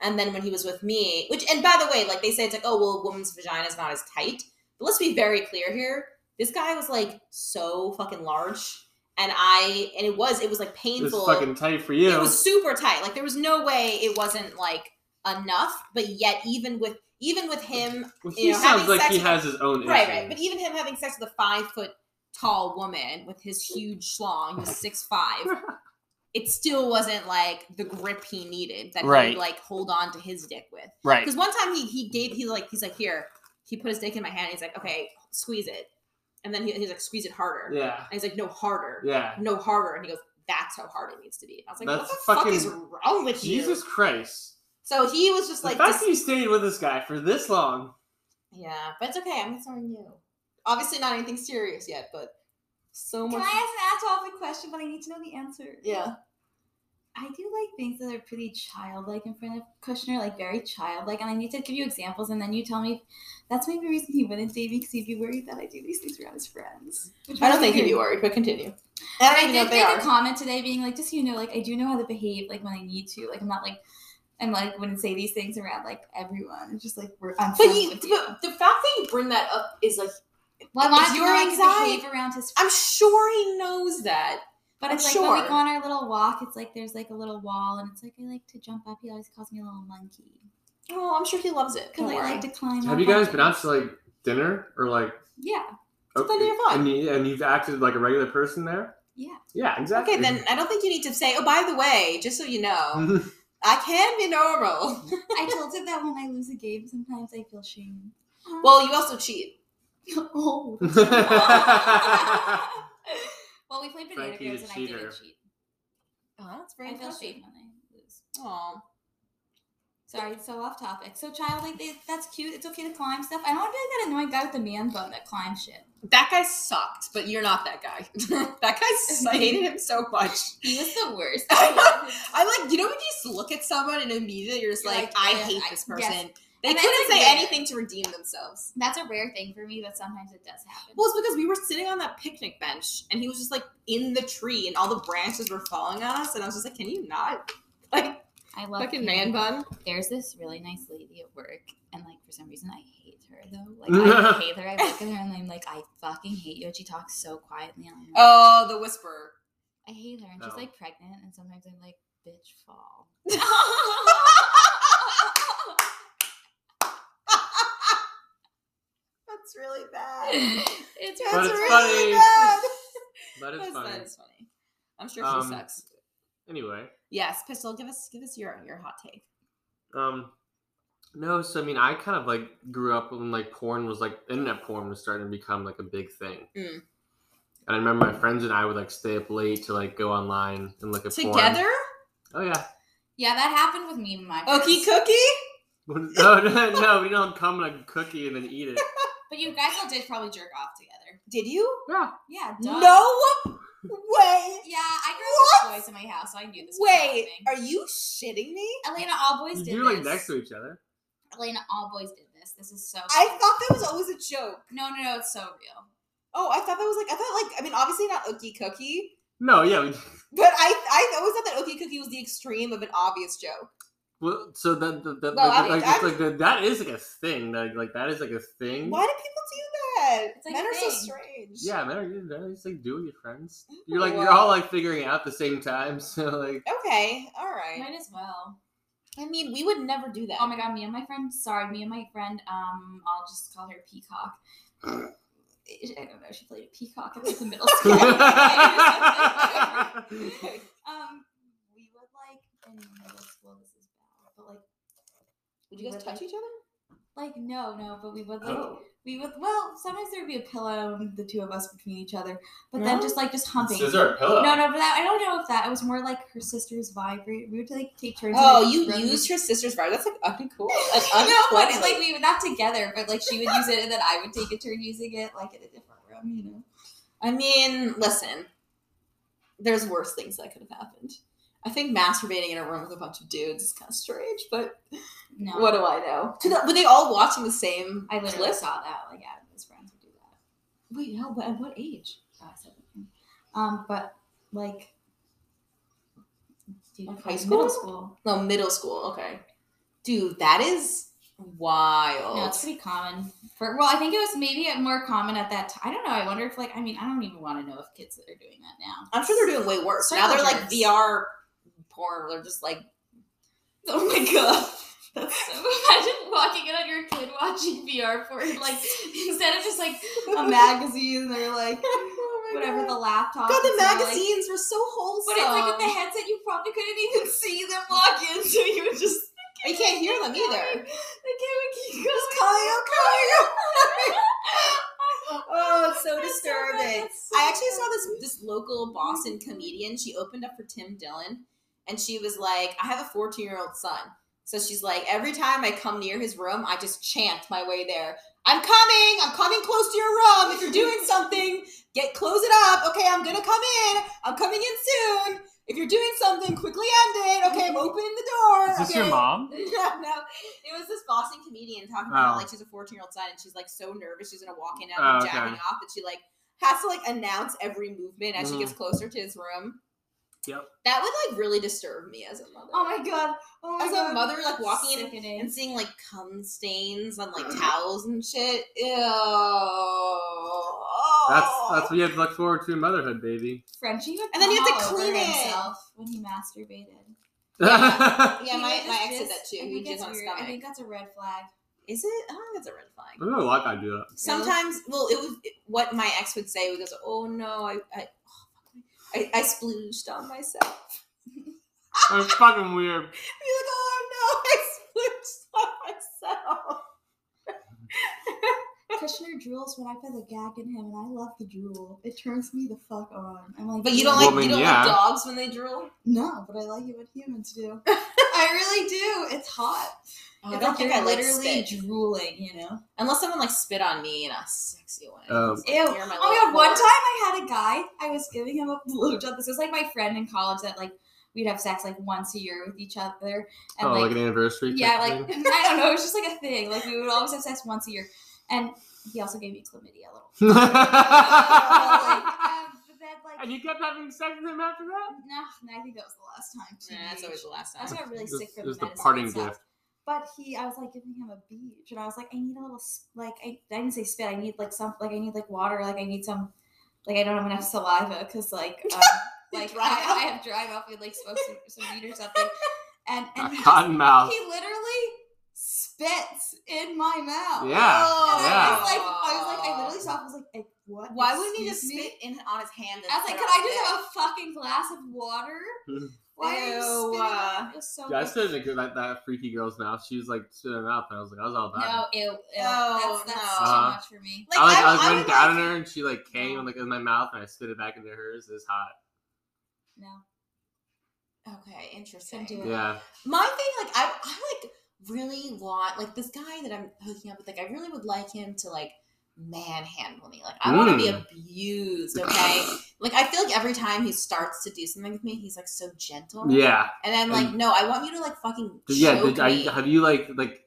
Speaker 2: And then when he was with me, which and by the way, like they say, it's like oh well, a woman's vagina is not as tight. But let's be very clear here. This guy was like so fucking large, and I and it was it was like
Speaker 1: it's
Speaker 2: painful.
Speaker 1: fucking tight for you.
Speaker 2: It was super tight. Like there was no way it wasn't like enough. But yet, even with even with him
Speaker 1: Well,
Speaker 2: you
Speaker 1: he
Speaker 2: know,
Speaker 1: sounds
Speaker 2: having
Speaker 1: like
Speaker 2: sex
Speaker 1: he
Speaker 2: with-
Speaker 1: has his own
Speaker 2: Right,
Speaker 1: issues.
Speaker 2: right. But even him having sex with a five foot tall woman with his huge schlong, he was six five. It still wasn't like the grip he needed that he
Speaker 1: Right.
Speaker 2: would like hold on to his dick with.
Speaker 1: right.
Speaker 2: Because one time he he gave he like he's like here he put his dick in my hand. And he's like okay squeeze it, and then he, he's like squeeze it harder.
Speaker 1: Yeah,
Speaker 2: And he's like no harder,
Speaker 1: yeah.
Speaker 2: no harder, and he goes that's how hard it needs to be. And I was like
Speaker 1: That's
Speaker 2: what the fuck
Speaker 1: fucking-
Speaker 2: is wrong with
Speaker 1: Jesus
Speaker 2: you?
Speaker 1: Christ!
Speaker 2: So he was just
Speaker 1: The
Speaker 2: like
Speaker 1: fact
Speaker 2: dis-
Speaker 1: that you stayed with this guy for this long.
Speaker 2: Yeah, but it's okay. I'm with someone new. Obviously, not anything serious yet, but so
Speaker 3: Can
Speaker 2: much.
Speaker 3: I ask an off topic question? But I need to know the answer.
Speaker 2: yeah.
Speaker 3: I do like things that are pretty childlike in front of Kushner, like very childlike. And I need to give you examples, and then you tell me. That's maybe the reason he wouldn't date me because he'd be worried that I do these things around his friends. Which
Speaker 2: I don't
Speaker 3: makes
Speaker 2: think
Speaker 3: me
Speaker 2: you'd be
Speaker 3: weird.
Speaker 2: worried, but continue.
Speaker 3: But I
Speaker 2: even know if
Speaker 3: did
Speaker 2: they
Speaker 3: make
Speaker 2: are.
Speaker 3: a comment today, being like, just so you know, like I do know how to behave, like when I need to, like I'm not like, I'm like wouldn't say these things around like everyone. It's just like we're. I'm
Speaker 2: But
Speaker 3: friends
Speaker 2: you,
Speaker 3: with
Speaker 2: but the fact that you bring that up is like,
Speaker 3: Well, I wanted
Speaker 2: it's
Speaker 3: to
Speaker 2: your
Speaker 3: know I could
Speaker 2: anxiety-
Speaker 3: behave around his
Speaker 2: I'm sure he knows that.
Speaker 3: But
Speaker 2: I'm
Speaker 3: it's like when
Speaker 2: sure.
Speaker 3: we go on our little walk, it's like there's like a little wall, and it's like I like to jump up. He always calls me a little monkey
Speaker 2: Oh, I'm sure he loves it.
Speaker 3: because I like to climb.
Speaker 2: Oh
Speaker 1: Have
Speaker 3: up
Speaker 1: you guys
Speaker 3: on
Speaker 1: been
Speaker 3: things.
Speaker 1: out to like dinner or like?
Speaker 3: Yeah,
Speaker 2: It's plenty of fun.
Speaker 1: And, you, and you've acted like a regular person there.
Speaker 3: yeah.
Speaker 1: Yeah, exactly.
Speaker 2: Okay, then I don't think you need to say. Oh, by the way, just so you know,
Speaker 1: Mhm.
Speaker 2: I can be normal.
Speaker 3: I told him that when I lose a game, sometimes I feel shame.
Speaker 2: well, you also cheat.
Speaker 3: oh. well, we played banana
Speaker 1: Frankie's
Speaker 3: games
Speaker 1: a
Speaker 3: and I didn't
Speaker 1: cheater.
Speaker 3: cheat.
Speaker 2: Oh, that's very
Speaker 3: I feel
Speaker 2: interesting.
Speaker 3: shame when I lose.
Speaker 2: Oh.
Speaker 3: Sorry, it's so off topic. So child, like they, that's cute. It's okay to climb stuff. I don't want to be like that annoying guy with the man bun that climbs shit.
Speaker 2: That guy sucked, but you're not that guy. that guy, s- I hated him so much.
Speaker 3: He was the worst.
Speaker 2: I like, you know, when you just look at someone and immediately you're just
Speaker 3: You're
Speaker 2: like, "Oh,
Speaker 3: like,
Speaker 2: I
Speaker 3: yeah,
Speaker 2: hate
Speaker 3: I-
Speaker 2: this
Speaker 3: yes.
Speaker 2: person. They
Speaker 3: And I
Speaker 2: couldn't
Speaker 3: like
Speaker 2: say
Speaker 3: it.
Speaker 2: anything to redeem themselves.
Speaker 3: That's a rare thing for me, but sometimes it does happen.
Speaker 2: Well, it's because we were sitting on that picnic bench and he was just like in the tree and all the branches were falling on us. And I was just like, can you not? Like,
Speaker 3: I love
Speaker 2: fucking
Speaker 3: people.
Speaker 2: man bun.
Speaker 3: There's this really nice lady at work, and like for some reason I hate her though. Like I hate her. I look at her and I'm like, I fucking hate you. And she talks so quietly. And I'm like,
Speaker 2: Oh, the whisperer.
Speaker 3: I hate her. And
Speaker 1: Oh.
Speaker 3: she's like pregnant, and sometimes I'm like, bitch, fall.
Speaker 2: That's really bad.
Speaker 3: it's her.
Speaker 1: But
Speaker 2: That's
Speaker 1: it's funny.
Speaker 2: really bad.
Speaker 1: But it's
Speaker 2: That's-
Speaker 1: funny.
Speaker 2: That is funny. I'm sure she
Speaker 1: Um,
Speaker 2: sucks.
Speaker 1: Anyway,
Speaker 2: Yes, Pistol, give us give us your your hot take.
Speaker 1: um, no. So I mean, I kind of like grew up when like porn was like internet porn was starting to become like a big thing.
Speaker 2: Mm.
Speaker 1: And I remember my friends and I would like stay up late to like go online and look at
Speaker 2: Together?
Speaker 1: Porn. Oh yeah.
Speaker 3: Yeah, that happened with me and my
Speaker 2: Okie
Speaker 3: friends.
Speaker 2: cookie?
Speaker 1: No, no, no. We don't come like a cookie and then eat it.
Speaker 3: But you guys all did probably jerk off together.
Speaker 2: Did you?
Speaker 1: Yeah.
Speaker 3: Yeah, duh.
Speaker 2: No way.
Speaker 3: Yeah, I grew up with boys in my house, so I knew this. was
Speaker 2: Wait,
Speaker 3: happening.
Speaker 2: are you shitting me?
Speaker 3: Elena, all boys
Speaker 1: You
Speaker 3: did
Speaker 1: do like
Speaker 3: this.
Speaker 1: next to each other.
Speaker 3: Elena, all boys did this. This is so.
Speaker 2: I thought that was always a joke.
Speaker 3: No, no, no, it's so real.
Speaker 2: Oh, I thought that was like I thought like I mean obviously not Ookie Cookie,
Speaker 1: No, yeah. We,
Speaker 2: but I I always thought that Ookie Cookie was the extreme of an obvious joke.
Speaker 1: well, so that that that,
Speaker 2: Well,
Speaker 1: like,
Speaker 2: I-
Speaker 1: like,
Speaker 2: I-
Speaker 1: like, that- that is like a thing. That like that is like a thing.
Speaker 2: Why do people do that?
Speaker 3: It's like
Speaker 2: Men
Speaker 3: a
Speaker 2: are so
Speaker 3: thing.
Speaker 2: strange.
Speaker 1: Mm-hmm. Yeah, man, are you are you just like do with your friends? You're like you're
Speaker 2: Wow.
Speaker 1: all like figuring it out at the same time. So like,
Speaker 2: Okay. All right.
Speaker 3: Might as well.
Speaker 2: I mean, we would never do that.
Speaker 3: Oh my god, me and my friend. Sorry, me and my friend. Um, I'll just call her Peacock. I don't know. She played a peacock in like the middle school.
Speaker 1: Oh.
Speaker 3: um, we would like in middle school. This is bad, but like,
Speaker 2: Would you guys touch each other?
Speaker 3: Like, no, no. But we would like
Speaker 1: oh,
Speaker 3: we would. Well, sometimes there would be a pillow, and the two of us between each other. But then just like just humping.
Speaker 1: a pillow?
Speaker 3: No, no, but that, I don't know if that. It was more like her sister's vibe. We we would like take turns.
Speaker 2: Oh,
Speaker 3: like,
Speaker 2: you
Speaker 3: rub-
Speaker 2: used her sister's vibe. That's like fucking cool.
Speaker 3: no, but it, like we were not together, but like she would use it, and then I would take a turn using it, like in a different room, you know.
Speaker 2: I mean, listen. There's worse things that could have happened. I think masturbating in a room with a bunch of dudes is kind of strange, but
Speaker 3: No,
Speaker 2: what do I know? To the- were they all watching the same?
Speaker 3: I literally
Speaker 2: clip?
Speaker 3: saw that. Like, yeah, his friends would do that.
Speaker 2: Wait, how? At what age?
Speaker 3: So I said, mm. um, but like, dude,
Speaker 2: Like high school?
Speaker 3: middle school.
Speaker 2: No, middle school. Okay, dude, that is wild.
Speaker 3: No, it's pretty common. For well, I think it was maybe more common at that time. I don't know. I wonder if like, I mean, I don't even want to know if kids are doing that now.
Speaker 2: I'm sure they're doing way worse now.
Speaker 3: Circle
Speaker 2: They're like
Speaker 3: jerks.
Speaker 2: VR porn. They're just like, oh my god.
Speaker 3: So imagine walking in on your kid watching VR porn, like instead of just like a magazine, they're like
Speaker 2: Oh my
Speaker 3: whatever
Speaker 2: God.
Speaker 3: the laptop.
Speaker 2: God,
Speaker 3: is,
Speaker 2: the
Speaker 3: and they're, like-
Speaker 2: magazines were so wholesome.
Speaker 3: but it's like with the headset, you probably couldn't even see them walk in, so you would just
Speaker 2: I can't hear them either.
Speaker 3: The kid would keep going.
Speaker 2: Just calling out, calling
Speaker 3: out.
Speaker 2: Oh, it's so
Speaker 3: That's bad.
Speaker 2: disturbing.
Speaker 3: That's so
Speaker 2: I actually saw
Speaker 3: bad.
Speaker 2: this this local Boston comedian. She opened up for Tim Dillon, and she was like, "I have a 14 year old son, so she's like, every time I come near his room, I just chant my way there. I'm coming. I'm coming close to your room. If you're doing something, get close it up. Okay, I'm gonna come in. I'm coming in soon. If you're doing something, quickly end it. Okay, I'm opening the door.
Speaker 1: Is this
Speaker 2: okay.
Speaker 1: your mom?
Speaker 2: Yeah, no. It was this Boston comedian talking about how,
Speaker 1: Oh.
Speaker 2: like she's a 14 year old son and she's like so nervous she's gonna walk in out and
Speaker 1: Oh, okay.
Speaker 2: jabbing off that she like has to like announce every movement as she
Speaker 1: Mhm.
Speaker 2: gets closer to his room.
Speaker 1: Yep.
Speaker 2: That would like really disturb me as a mother.
Speaker 3: Oh my god. Oh my
Speaker 2: as
Speaker 3: god.
Speaker 2: a mother, like walking in and,
Speaker 3: Sickening.
Speaker 2: and seeing like cum stains on
Speaker 1: Mm-hmm.
Speaker 2: like towels and shit. Ew. That's
Speaker 1: That's that's what you have to look forward to in motherhood, baby.
Speaker 3: Frenchie would
Speaker 2: And then you have to
Speaker 3: come all over
Speaker 2: clean it.
Speaker 3: himself when he masturbated.
Speaker 1: Yeah.
Speaker 2: yeah,
Speaker 3: He
Speaker 2: my,
Speaker 3: would
Speaker 2: my
Speaker 3: just
Speaker 2: ex did
Speaker 3: jizz-
Speaker 2: that too.
Speaker 3: I
Speaker 2: He
Speaker 3: think
Speaker 2: just
Speaker 3: it's
Speaker 2: on his
Speaker 3: weird. I
Speaker 2: stomach.
Speaker 3: think that's a red flag.
Speaker 2: Is it? I don't think it's a red flag.
Speaker 1: There's a lot I do that.
Speaker 2: Sometimes, well, it was it- what my ex would say was, "Oh no, I, I, I, I splooged on myself."
Speaker 1: That's fucking weird.
Speaker 2: I'd be like, "Oh no, I splooged on myself."
Speaker 3: Kushner drools when I put the gag in him, and I love the drool. It turns me the fuck on. I'm like,
Speaker 2: But you don't like
Speaker 1: Well, I mean,
Speaker 2: you don't
Speaker 1: yeah.
Speaker 3: Oh,
Speaker 2: like dogs when they drool.
Speaker 3: no, but I like it when humans do. I really do. It's
Speaker 2: It's hot.
Speaker 4: Oh,
Speaker 2: It's
Speaker 4: I don't
Speaker 2: like
Speaker 4: think
Speaker 2: you're
Speaker 4: I like
Speaker 2: literally
Speaker 4: spit.
Speaker 3: drooling, you know.
Speaker 2: Unless someone like spit on me in a sexy way.
Speaker 1: Um,
Speaker 3: Ew.
Speaker 2: You're my
Speaker 3: Oh my god,
Speaker 2: little
Speaker 3: one
Speaker 2: whore.
Speaker 3: time I had a guy, I was giving him a blowjob. This was like my friend in college that like we'd have sex like once a year with each other. And
Speaker 1: oh, like,
Speaker 3: like,
Speaker 1: an anniversary. type
Speaker 3: yeah, like
Speaker 1: thing?
Speaker 3: I don't know, it was just like a thing. Like we would always have sex once a year. And he also gave me chlamydia a little.
Speaker 1: and
Speaker 3: like, um, but then, like,
Speaker 1: you kept having sex with him after that.
Speaker 3: nah, nah, I think that was the last time. too.
Speaker 2: Nah, that's always the last
Speaker 3: I
Speaker 2: time.
Speaker 3: got really
Speaker 1: It was,
Speaker 3: sick
Speaker 1: it
Speaker 3: from
Speaker 1: was
Speaker 3: the
Speaker 1: the
Speaker 3: medicine
Speaker 1: parting
Speaker 3: itself.
Speaker 1: gift.
Speaker 3: But he, I was like giving him a beach, and I was like, I need a little, s- like, I, I didn't say spit. I need like some, like I need like water. Like I need some, like I don't have enough saliva because like, um, like
Speaker 2: Dry
Speaker 3: I,
Speaker 2: mouth.
Speaker 3: I have dry mouth. We like smoked some, some weed or something, and and
Speaker 1: A
Speaker 3: he,
Speaker 1: cotton mouth.
Speaker 3: he literally spits in my mouth.
Speaker 1: Yeah.
Speaker 3: And Oh, I
Speaker 1: yeah.
Speaker 3: was like, I was like, I literally stopped. I was like, I, what?
Speaker 2: Why wouldn't he
Speaker 3: Excuse
Speaker 2: just
Speaker 3: me?
Speaker 2: spit in on his hand? and
Speaker 3: I was like,
Speaker 2: put it on
Speaker 3: could I
Speaker 2: his
Speaker 3: just
Speaker 2: dick?
Speaker 3: have a fucking glass of water?
Speaker 1: Mhm.
Speaker 3: Why are you
Speaker 2: Ew,
Speaker 3: spitting?
Speaker 2: uh,
Speaker 3: on- It was so
Speaker 1: Yeah, I
Speaker 3: gross.
Speaker 1: said it 'cause that, that freaky girl's mouth. She was like spitting her mouth, and I was like, I was all about
Speaker 3: No,
Speaker 1: it.
Speaker 3: ew, ew.
Speaker 2: No,
Speaker 3: that's that's
Speaker 2: no.
Speaker 1: Uh-huh.
Speaker 3: too much for me.
Speaker 2: Like,
Speaker 1: I like I,
Speaker 2: I,
Speaker 1: was
Speaker 2: I
Speaker 1: went
Speaker 2: would,
Speaker 1: down
Speaker 2: like-
Speaker 1: on her, and she like came like in my mouth, and I spit it back into hers. It's hot.
Speaker 3: No.
Speaker 2: Okay, interesting.
Speaker 3: Couldn't do it.
Speaker 1: Yeah,
Speaker 2: My thing, like, I, I like really want like this guy that I'm hooking up with. Like, I really would like him to like manhandle me. Like, I want to be
Speaker 1: Mm.
Speaker 2: abused. Okay, like I feel like every time he starts to do something with me, he's like so gentle.
Speaker 1: yeah,
Speaker 2: and I'm like, no, I want you to like fucking
Speaker 1: Did- yeah.
Speaker 2: choke
Speaker 1: Did, I,
Speaker 2: me.
Speaker 1: have you like like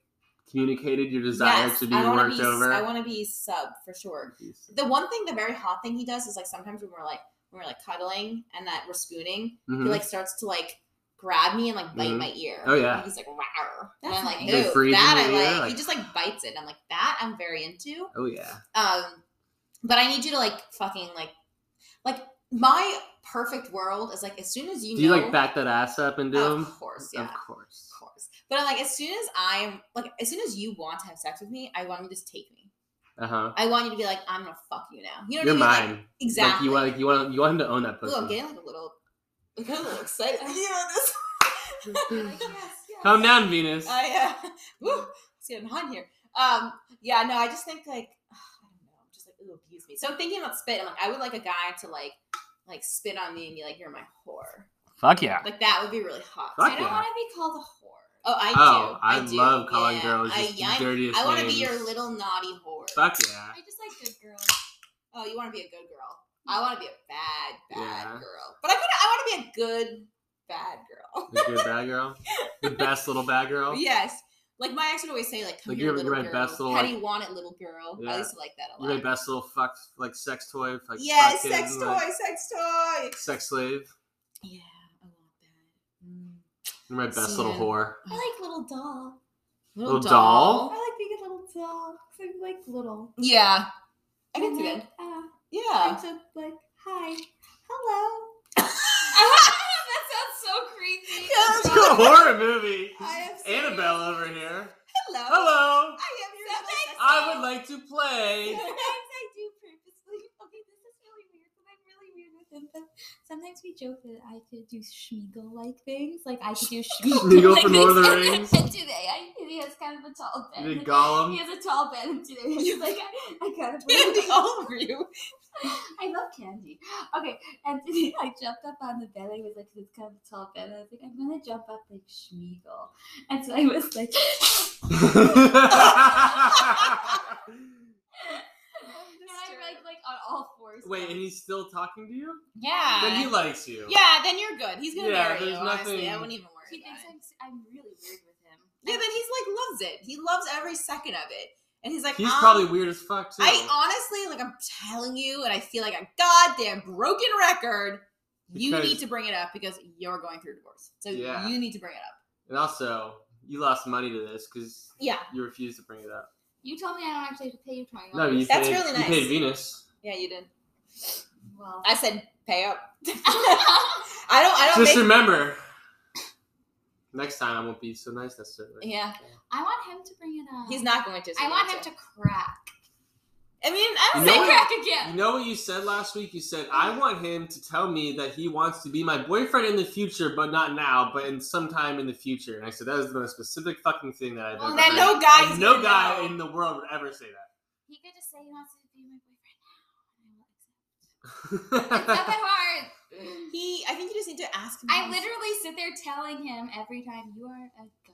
Speaker 1: communicated your desire
Speaker 2: Yes,
Speaker 1: to be
Speaker 2: I wanna
Speaker 1: worked
Speaker 2: be,
Speaker 1: over?
Speaker 2: I want to be sub for sure. The one thing, the very hot thing he does is like sometimes when we're like when we're like cuddling and that we're spooning,
Speaker 1: Mhm.
Speaker 2: he like starts to like grab me and like bite
Speaker 1: Mhm.
Speaker 2: my ear.
Speaker 1: Oh, yeah.
Speaker 2: And he's like, wow. And
Speaker 3: That's
Speaker 2: I'm like,
Speaker 3: nice.
Speaker 1: Like,
Speaker 2: no,
Speaker 1: breathe in
Speaker 2: that I
Speaker 1: your ear,
Speaker 2: like.
Speaker 1: like-
Speaker 2: He just like bites it. And I'm like, that I'm very into.
Speaker 1: oh yeah.
Speaker 2: Um, but I need you to like fucking like, like my perfect world is like as soon as you
Speaker 1: Do you
Speaker 2: know,
Speaker 1: like back that ass up and do
Speaker 2: of
Speaker 1: them?
Speaker 2: course, yeah,
Speaker 1: Of
Speaker 2: of
Speaker 1: course.
Speaker 2: course. But I'm like, as soon as I'm like, as soon as you want to have sex with me, I want you to just take me.
Speaker 1: Uh huh.
Speaker 2: I want you to be like, I'm gonna fuck you now. You know
Speaker 1: You're
Speaker 2: what I mean?
Speaker 1: mine.
Speaker 2: Like,
Speaker 1: Like
Speaker 2: exactly.
Speaker 1: you want, like, you want, you want him to own that
Speaker 2: Ooh,
Speaker 1: pussy.
Speaker 2: I'm getting like a little, I'm getting a little excited. You know this.
Speaker 3: Like, yes, yes.
Speaker 1: Calm down, Venus.
Speaker 2: I uh, woo, it's getting hot in here. Um, yeah, no, I just think like I don't know, I'm just like ooh, abuse me. So I'm thinking about spit. I'm like, I would like a guy to like like spit on me and be like, "You're my whore."
Speaker 1: Fuck yeah.
Speaker 2: Like that would be really hot.
Speaker 1: Fuck
Speaker 3: I don't
Speaker 1: yeah.
Speaker 3: want to be called a whore.
Speaker 2: Oh, I
Speaker 1: oh,
Speaker 2: do.
Speaker 1: I,
Speaker 2: do.
Speaker 1: love calling
Speaker 2: yeah.
Speaker 1: girls
Speaker 2: I,
Speaker 1: just the
Speaker 2: I,
Speaker 1: dirtiest
Speaker 2: I want to
Speaker 1: names.
Speaker 2: be your little naughty whore.
Speaker 1: Fuck yeah.
Speaker 3: I just like good girls.
Speaker 2: Oh, you want to be a good girl. I want to be a bad, bad
Speaker 1: Yeah.
Speaker 2: girl. But I could. I want to be a good, bad girl.
Speaker 1: The good bad girl. The best little bad girl.
Speaker 2: Yes. Like my ex would always say, like,
Speaker 1: Oh.
Speaker 2: come
Speaker 1: Like,
Speaker 2: here,
Speaker 1: you're-
Speaker 2: little
Speaker 1: you're my
Speaker 2: girl.
Speaker 1: best little,
Speaker 2: How
Speaker 1: like-
Speaker 2: do you want it, little girl?
Speaker 1: Yeah.
Speaker 2: I used to like that a lot.
Speaker 1: You're my best little fuck, like sex toy. Like
Speaker 2: yes,
Speaker 1: fucking,
Speaker 2: sex toy,
Speaker 1: like,
Speaker 2: sex toy.
Speaker 1: sex slave.
Speaker 2: Yeah, I want that. Mm.
Speaker 1: You're my best
Speaker 2: See
Speaker 1: little
Speaker 2: ya.
Speaker 1: whore.
Speaker 3: I like little doll.
Speaker 2: Little,
Speaker 1: Little
Speaker 3: I
Speaker 1: doll?
Speaker 3: like being a little doll. 'cause I'm like little.
Speaker 2: Yeah, I can do
Speaker 3: I'm
Speaker 2: that.
Speaker 3: like, ah,
Speaker 2: Yeah.
Speaker 3: I'm so like, hi, hello. that sounds so creepy.
Speaker 2: Yeah,
Speaker 1: It's a horror movie.
Speaker 3: I have seen-
Speaker 1: Annabelle over here.
Speaker 2: Hello.
Speaker 1: Hello.
Speaker 2: I am your
Speaker 3: That
Speaker 2: little sex
Speaker 1: I would
Speaker 2: doll.
Speaker 1: like to play.
Speaker 3: Sometimes I do purposely. Okay, this is really weird, but I'm really weird with him. But sometimes we joke that I could do Schmeagle like things. Like I could do Schmeagle
Speaker 1: Schmeagle from Lord of the Rings?
Speaker 3: today, I, he has kind of a tall
Speaker 1: You
Speaker 3: bed.
Speaker 1: did Gollum.
Speaker 3: He has a tall bed and today. He's like, I, I kind of.
Speaker 2: Candy all over you.
Speaker 3: I love candy. Okay, and today I jumped up on the bed. I was like, it's kind of a tall bed. and I was like, I'm gonna jump up like Schmeagle. And so I was like, and I'm like, like on all fours.
Speaker 1: Wait,
Speaker 3: now.
Speaker 1: and he's still talking to you?
Speaker 2: Yeah.
Speaker 1: Then he likes you.
Speaker 2: Uh, yeah, then you're good. He's gonna
Speaker 1: Yeah,
Speaker 2: marry you.
Speaker 1: there's
Speaker 2: Honestly, I
Speaker 1: nothing-
Speaker 2: wouldn't even worry.
Speaker 3: He thinks
Speaker 2: about it.
Speaker 3: I'm, s- I'm really weird with him.
Speaker 2: Yeah, then he's like loves it. He loves every second of it, and he's like,
Speaker 1: He's
Speaker 2: um,
Speaker 1: probably weird as fuck too.
Speaker 2: I honestly, like, I'm telling you, and I feel like a goddamn broken record. You
Speaker 1: Because-
Speaker 2: need to bring it up because you're going through a divorce. So
Speaker 1: Yeah.
Speaker 2: you need to bring it up.
Speaker 1: and also, you lost money to this because
Speaker 2: Yeah.
Speaker 1: you refused to bring it up.
Speaker 3: You told me I don't actually have to pay you twenty
Speaker 1: No,
Speaker 3: dollars.
Speaker 1: you
Speaker 2: That's
Speaker 1: paid,
Speaker 2: really
Speaker 1: you
Speaker 2: nice.
Speaker 1: paid Venus.
Speaker 2: Yeah, you did.
Speaker 3: Well,
Speaker 2: I said pay up. I don't. I don't.
Speaker 1: Just
Speaker 2: Make,
Speaker 1: remember, next time I won't be so nice necessarily.
Speaker 2: yeah,
Speaker 3: I want him to bring it up.
Speaker 2: he's not going to. so
Speaker 3: I
Speaker 2: you
Speaker 3: want
Speaker 2: don't
Speaker 3: him to
Speaker 2: have
Speaker 3: crack.
Speaker 2: I mean, I don't
Speaker 1: You
Speaker 3: Say
Speaker 1: know
Speaker 2: know.
Speaker 1: what?
Speaker 3: crack
Speaker 1: You
Speaker 3: again.
Speaker 1: know what you said last week? You said I want him to tell me that he wants to be my boyfriend in the future, but not now, but in sometime in the future. And I said that is the most specific fucking thing that I've
Speaker 3: Well,
Speaker 1: ever.
Speaker 2: That
Speaker 1: heard.
Speaker 2: no guy. is
Speaker 1: And no
Speaker 2: gonna
Speaker 1: guy
Speaker 2: know.
Speaker 1: in the world would ever say that.
Speaker 3: He could just say he wants to be my boyfriend now. It's not that hard.
Speaker 2: He. I think you just need to ask him.
Speaker 3: I literally sit there telling him every time, "You are a god.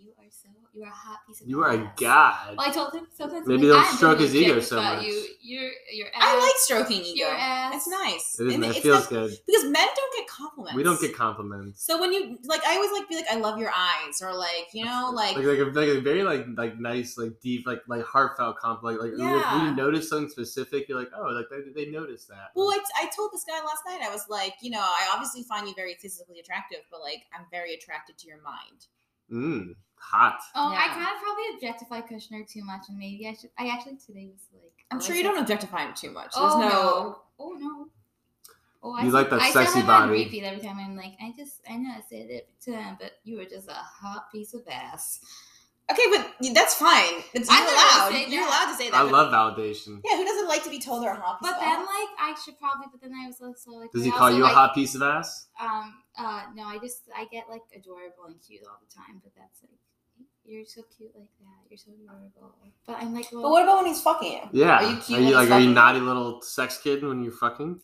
Speaker 3: You are so you are a hot piece of
Speaker 1: You are a
Speaker 3: ass."
Speaker 1: god.
Speaker 3: Well, I told him sometimes. I'm
Speaker 1: Maybe
Speaker 3: like,
Speaker 1: they'll
Speaker 3: "I'm
Speaker 1: stroke
Speaker 3: really
Speaker 1: his ego
Speaker 3: jealous
Speaker 1: so
Speaker 3: about
Speaker 1: much."
Speaker 3: You, your your ass.
Speaker 2: I like stroking ego.
Speaker 3: your ass.
Speaker 2: It's nice.
Speaker 1: it is.
Speaker 2: And
Speaker 1: It
Speaker 2: it's
Speaker 1: feels
Speaker 2: not-
Speaker 1: good.
Speaker 2: because men don't get compliments.
Speaker 1: We don't get compliments.
Speaker 2: So when you like, I always like be like, I love your eyes, or like, you know, like,
Speaker 1: Like like a, like a very like like nice like deep like like heartfelt compliment. Like, like if
Speaker 2: Yeah.
Speaker 1: you notice something specific, you're like, oh, like they, they noticed that.
Speaker 2: well, I, I told this guy last night, I was like, you know, I obviously find you very physically attractive, but like, I'm very attracted to your mind.
Speaker 1: mm, hot.
Speaker 3: Oh, I
Speaker 2: Yeah.
Speaker 3: kind of probably objectify Kushner too much, and maybe I should. I actually today was like.
Speaker 2: I'm
Speaker 3: oh,
Speaker 2: sure
Speaker 3: I
Speaker 2: you
Speaker 3: said-
Speaker 2: don't objectify him too much. There's
Speaker 3: Oh
Speaker 2: no,
Speaker 3: no! Oh no! Oh,
Speaker 1: You like
Speaker 3: said-
Speaker 1: that
Speaker 3: I
Speaker 1: sexy
Speaker 3: said on
Speaker 1: body.
Speaker 3: repeat every time. I'm like, I just, I know I said it to them, but you were just a hot piece of ass.
Speaker 2: Okay, but that's fine. It's, you're
Speaker 3: I'm not gonna
Speaker 2: allowed.
Speaker 3: say
Speaker 2: You're
Speaker 3: that.
Speaker 2: allowed to say that.
Speaker 1: I
Speaker 2: but-
Speaker 1: love validation.
Speaker 2: Yeah, who doesn't like to be told they're a hot?
Speaker 3: But
Speaker 2: piece of
Speaker 3: then,
Speaker 2: ass?
Speaker 3: like, I should probably. But then I was also like,
Speaker 1: Does
Speaker 3: I
Speaker 1: he
Speaker 3: also
Speaker 1: call you a
Speaker 3: like-
Speaker 1: hot piece of ass?
Speaker 3: Um, uh, no, I just, I get like adorable and cute all the time, but that's like, you're so cute like that. You're so adorable. But I'm like, well,
Speaker 2: but what about when he's fucking you?
Speaker 1: Yeah.
Speaker 2: Are you cute
Speaker 1: Are
Speaker 2: when
Speaker 1: you
Speaker 2: he's
Speaker 1: like are you
Speaker 2: fucking?
Speaker 1: naughty little sex kid when you're fucking?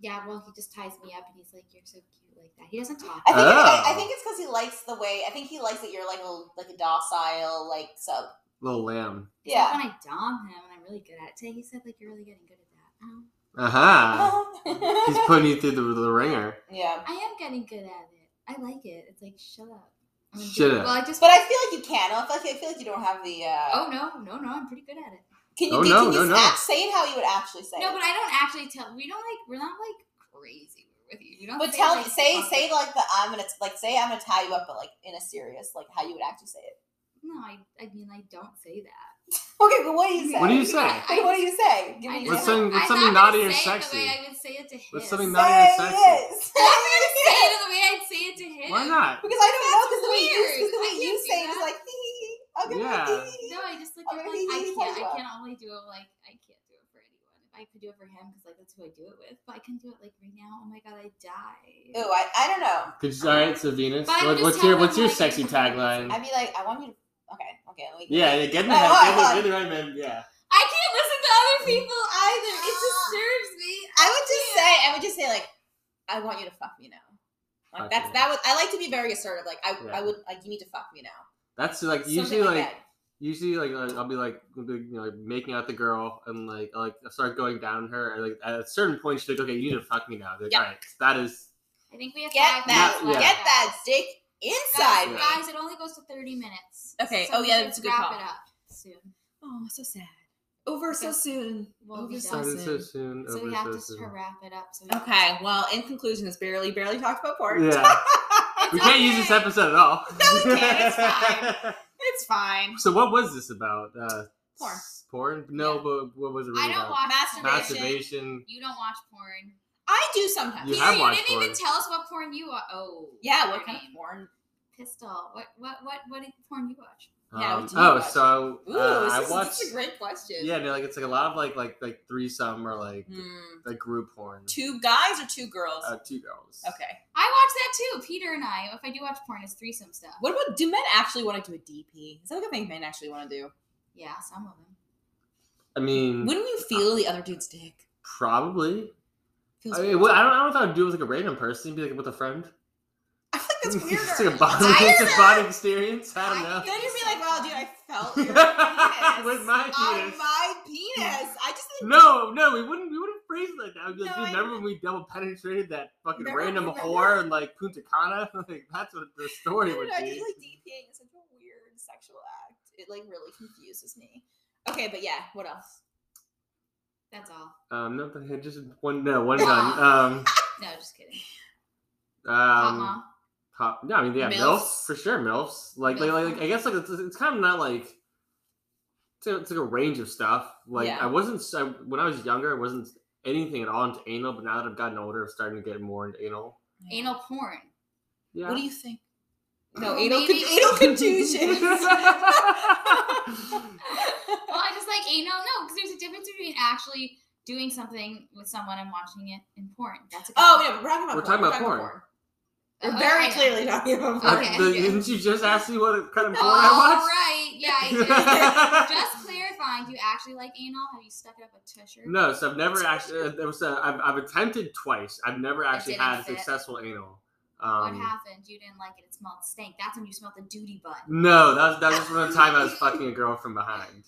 Speaker 3: yeah, well, he just ties me up and he's like, you're so cute like that. He doesn't talk.
Speaker 2: I think I, I
Speaker 1: Oh.
Speaker 2: think it's because he likes the way. I think he likes that you're like a like a docile like sub.
Speaker 1: Little lamb.
Speaker 3: It's like
Speaker 2: Yeah.
Speaker 3: when I dom him and I'm really good at it. Today he said like, you're really getting good at that. Um,
Speaker 1: Uh-huh. He's putting you through the, the ringer.
Speaker 2: yeah.
Speaker 3: I am getting good at it. I like it. It's like shut up. I'm gonna do
Speaker 1: Shut
Speaker 3: it.
Speaker 1: up.
Speaker 3: Well, I just.
Speaker 2: But I feel like you can. I feel like I feel like you don't have the. Uh,
Speaker 3: oh no, no, no! I'm pretty good at it.
Speaker 2: Can you?
Speaker 1: Oh,
Speaker 2: can
Speaker 1: no,
Speaker 2: you
Speaker 1: no, no.
Speaker 2: act- say it how you would actually say it.
Speaker 3: No, but I don't actually tell. We don't like. We're not like crazy with you. We don't.
Speaker 2: But
Speaker 3: say,
Speaker 2: tell
Speaker 3: like,
Speaker 2: say
Speaker 3: fuck
Speaker 2: say
Speaker 3: it.
Speaker 2: like the I'm gonna like say I'm gonna tie you up, but like in a serious like how you would actually say it.
Speaker 3: No, I. I mean, I don't say that.
Speaker 2: Okay, but what do you say?
Speaker 1: What do you say?
Speaker 3: I-
Speaker 2: What do you say? Give me
Speaker 3: I just-
Speaker 2: your
Speaker 1: What's something- what's
Speaker 3: I'm
Speaker 1: something
Speaker 3: not
Speaker 1: naughty or
Speaker 3: gonna say it
Speaker 1: sexy?
Speaker 3: The way I would say it to him.
Speaker 1: What's something
Speaker 3: Say
Speaker 1: naughty or
Speaker 2: Say
Speaker 1: sexy?
Speaker 2: yes.
Speaker 3: it the way I'd say it to him.
Speaker 1: Why not?
Speaker 2: Because I don't know because the way you,
Speaker 3: weird.
Speaker 2: because the
Speaker 3: I
Speaker 2: way you
Speaker 3: can't do
Speaker 2: say it is
Speaker 3: that.
Speaker 2: like hee hee hee. Okay,
Speaker 1: Yeah.
Speaker 2: hee, hee, hee.
Speaker 3: No, I just like,
Speaker 2: I'm
Speaker 3: I'm
Speaker 2: gonna
Speaker 3: like I
Speaker 2: hee hee
Speaker 3: can't. I
Speaker 2: hee.
Speaker 3: can only do it like I can't do it for anyone. If I could do it for him, because like that's who I do it with. But I can do it like right now. Oh my god, I die.
Speaker 2: Ooh, I, I don't know.
Speaker 1: Could you, all right, so Venus.
Speaker 3: But I'm
Speaker 1: What,
Speaker 3: just
Speaker 1: what's your
Speaker 3: telling
Speaker 1: what's your
Speaker 3: him, like,
Speaker 1: sexy
Speaker 2: I'd
Speaker 1: tagline?
Speaker 2: be like, I want you to. Okay, okay. Let me,
Speaker 1: Yeah, yeah, get in the
Speaker 2: Oh,
Speaker 1: head.
Speaker 2: oh,
Speaker 1: get in the- Get in the
Speaker 2: oh.
Speaker 1: right man. Yeah.
Speaker 3: I can't listen to other people either. It disturbs me.
Speaker 2: I would just say, I would just say like, I want you to fuck me now. Like
Speaker 1: Fuck
Speaker 2: that's
Speaker 1: me
Speaker 2: that was. I like to be very assertive. Like I,
Speaker 1: Yeah.
Speaker 2: I would like you need to fuck me now.
Speaker 1: That's like
Speaker 2: Something
Speaker 1: usually like
Speaker 2: that.
Speaker 1: usually like I- I'll be like I'll be, you know like, making out the girl and like I'll, like I'll start going down her and like at a certain point she's like okay you need to fuck me now. Like,
Speaker 2: Yeah.
Speaker 1: All right, that is
Speaker 3: I think we have
Speaker 2: get
Speaker 3: five
Speaker 2: that,
Speaker 3: minutes
Speaker 1: yeah.
Speaker 3: left,
Speaker 2: get that
Speaker 3: guys.
Speaker 2: dick
Speaker 3: Guys,
Speaker 2: inside me.
Speaker 3: guys, it only goes to thirty minutes.
Speaker 2: Okay,
Speaker 3: So
Speaker 2: oh,
Speaker 3: we
Speaker 2: yeah,
Speaker 3: should
Speaker 2: that's a good
Speaker 3: wrap
Speaker 2: call.
Speaker 3: it up soon.
Speaker 2: Oh, so sad. Over
Speaker 3: so
Speaker 2: soon.
Speaker 3: We'll be
Speaker 1: that
Speaker 3: done.
Speaker 1: is so soon.
Speaker 3: So
Speaker 1: over
Speaker 3: we have
Speaker 1: so
Speaker 3: to
Speaker 1: soon.
Speaker 3: sort of wrap it up. So we
Speaker 2: Okay. Well, in conclusion, this barely barely talked about porn.
Speaker 1: Yeah, we can't use this
Speaker 3: okay.
Speaker 1: episode at all.
Speaker 2: No, we can't. It's fine. it's fine.
Speaker 1: so what was this about? Uh,
Speaker 2: Porn.
Speaker 1: s- Porn? No,
Speaker 3: Yeah.
Speaker 1: but what was it really
Speaker 3: I don't
Speaker 1: about?
Speaker 3: watch porn.
Speaker 2: Masturbation.
Speaker 1: Masturbation.
Speaker 3: You don't watch porn.
Speaker 2: I do sometimes.
Speaker 1: You
Speaker 3: Peter,
Speaker 1: have
Speaker 3: you
Speaker 1: watched
Speaker 3: didn't even
Speaker 1: porn.
Speaker 3: tell us what porn you watch. Oh,
Speaker 2: yeah. What
Speaker 3: Courtney.
Speaker 2: kind of porn?
Speaker 3: pistol? What what what what porn you watch?
Speaker 2: Yeah,
Speaker 1: Um,
Speaker 2: we do
Speaker 1: oh,
Speaker 2: watch
Speaker 1: so
Speaker 2: Ooh,
Speaker 1: uh,
Speaker 2: this,
Speaker 1: I
Speaker 2: is,
Speaker 1: watched.
Speaker 2: this is a great question.
Speaker 1: Yeah, no, like it's like a lot of like like like threesome or like
Speaker 2: Hmm.
Speaker 1: like group porn.
Speaker 2: Two guys or two girls?
Speaker 1: Uh, two girls.
Speaker 2: okay.
Speaker 3: I watch that too. Peter and I. If I do watch porn, it's threesome stuff.
Speaker 2: What about do men actually want to do a DP? Is that like a thing men actually want to do?
Speaker 3: Yeah, some of them.
Speaker 1: I mean,
Speaker 2: Wouldn't you feel the other dude's dick?
Speaker 1: probably.
Speaker 2: Feels
Speaker 1: I, mean,
Speaker 2: weird.
Speaker 1: well, I don't, I don't know if I would do it with like a random person, be like with a friend.
Speaker 2: I feel like
Speaker 1: it's
Speaker 2: that's
Speaker 1: like a
Speaker 2: weird.
Speaker 1: body, it's a body experience. I don't
Speaker 3: I
Speaker 1: know.
Speaker 2: Then you'd be like, wow, dude, I felt your penis
Speaker 1: with my penis.
Speaker 2: on my penis. I just think
Speaker 1: No, no, we wouldn't. We wouldn't phrase it like that. We'd be like,
Speaker 2: No,
Speaker 1: dude,
Speaker 2: I
Speaker 1: remember when we double penetrated that fucking
Speaker 2: Remember-
Speaker 1: random
Speaker 2: remember?
Speaker 1: whore in like Punta Cana? like that's what the
Speaker 2: I
Speaker 1: story
Speaker 2: don't
Speaker 1: would
Speaker 2: know, I
Speaker 1: be.
Speaker 2: just like DPing is such a weird sexual act. It like really confuses me. Okay, but yeah, what else?
Speaker 3: That's all.
Speaker 1: Um, no, but just one. No, one done.
Speaker 3: No, just kidding.
Speaker 2: Uh-uh.
Speaker 3: Uh-huh.
Speaker 1: Um,
Speaker 3: Hot
Speaker 1: um, pop.
Speaker 3: mom.
Speaker 1: Yeah, I mean, yeah, milfs,
Speaker 2: Milfs.
Speaker 1: for sure. Milfs. Like, like,
Speaker 3: Milf.
Speaker 1: like, I guess like it's, it's kind of not like. It's like, it's like a range of stuff. Like
Speaker 2: Yeah.
Speaker 1: I wasn't s- I, when I was younger, I wasn't anything at all into anal. But now that I've gotten older, I'm starting to get more into anal.
Speaker 3: Anal porn.
Speaker 1: Yeah.
Speaker 2: What do you think? No, anal,
Speaker 3: Maybe-
Speaker 2: con- anal contusions.
Speaker 3: Well, I just like anal. No, because there's a difference between actually doing something with someone and watching it in porn. That's a good
Speaker 2: Oh, yeah, we're talking about
Speaker 1: We're
Speaker 2: porn.
Speaker 1: talking about porn.
Speaker 2: We're
Speaker 3: Oh,
Speaker 2: very
Speaker 3: I know.
Speaker 2: clearly talking about porn.
Speaker 1: Uh,
Speaker 3: Okay.
Speaker 1: the- didn't you just ask me what kind of porn
Speaker 3: All
Speaker 1: I
Speaker 3: Oh, right. Yeah, I
Speaker 1: watched?
Speaker 3: did. just clarifying. Do you actually like anal? Have you stuck it up a tusher?
Speaker 1: No, uh, so I've never actually. There was a, I've, I've attempted twice. I've never actually
Speaker 3: didn't
Speaker 1: had
Speaker 3: fit.
Speaker 1: successful anal.
Speaker 3: what
Speaker 1: Um,
Speaker 3: happened? You didn't like it. It smelled stink. That's when you smelled the duty bun.
Speaker 1: no, that was, that was from the time I was fucking a girl from behind.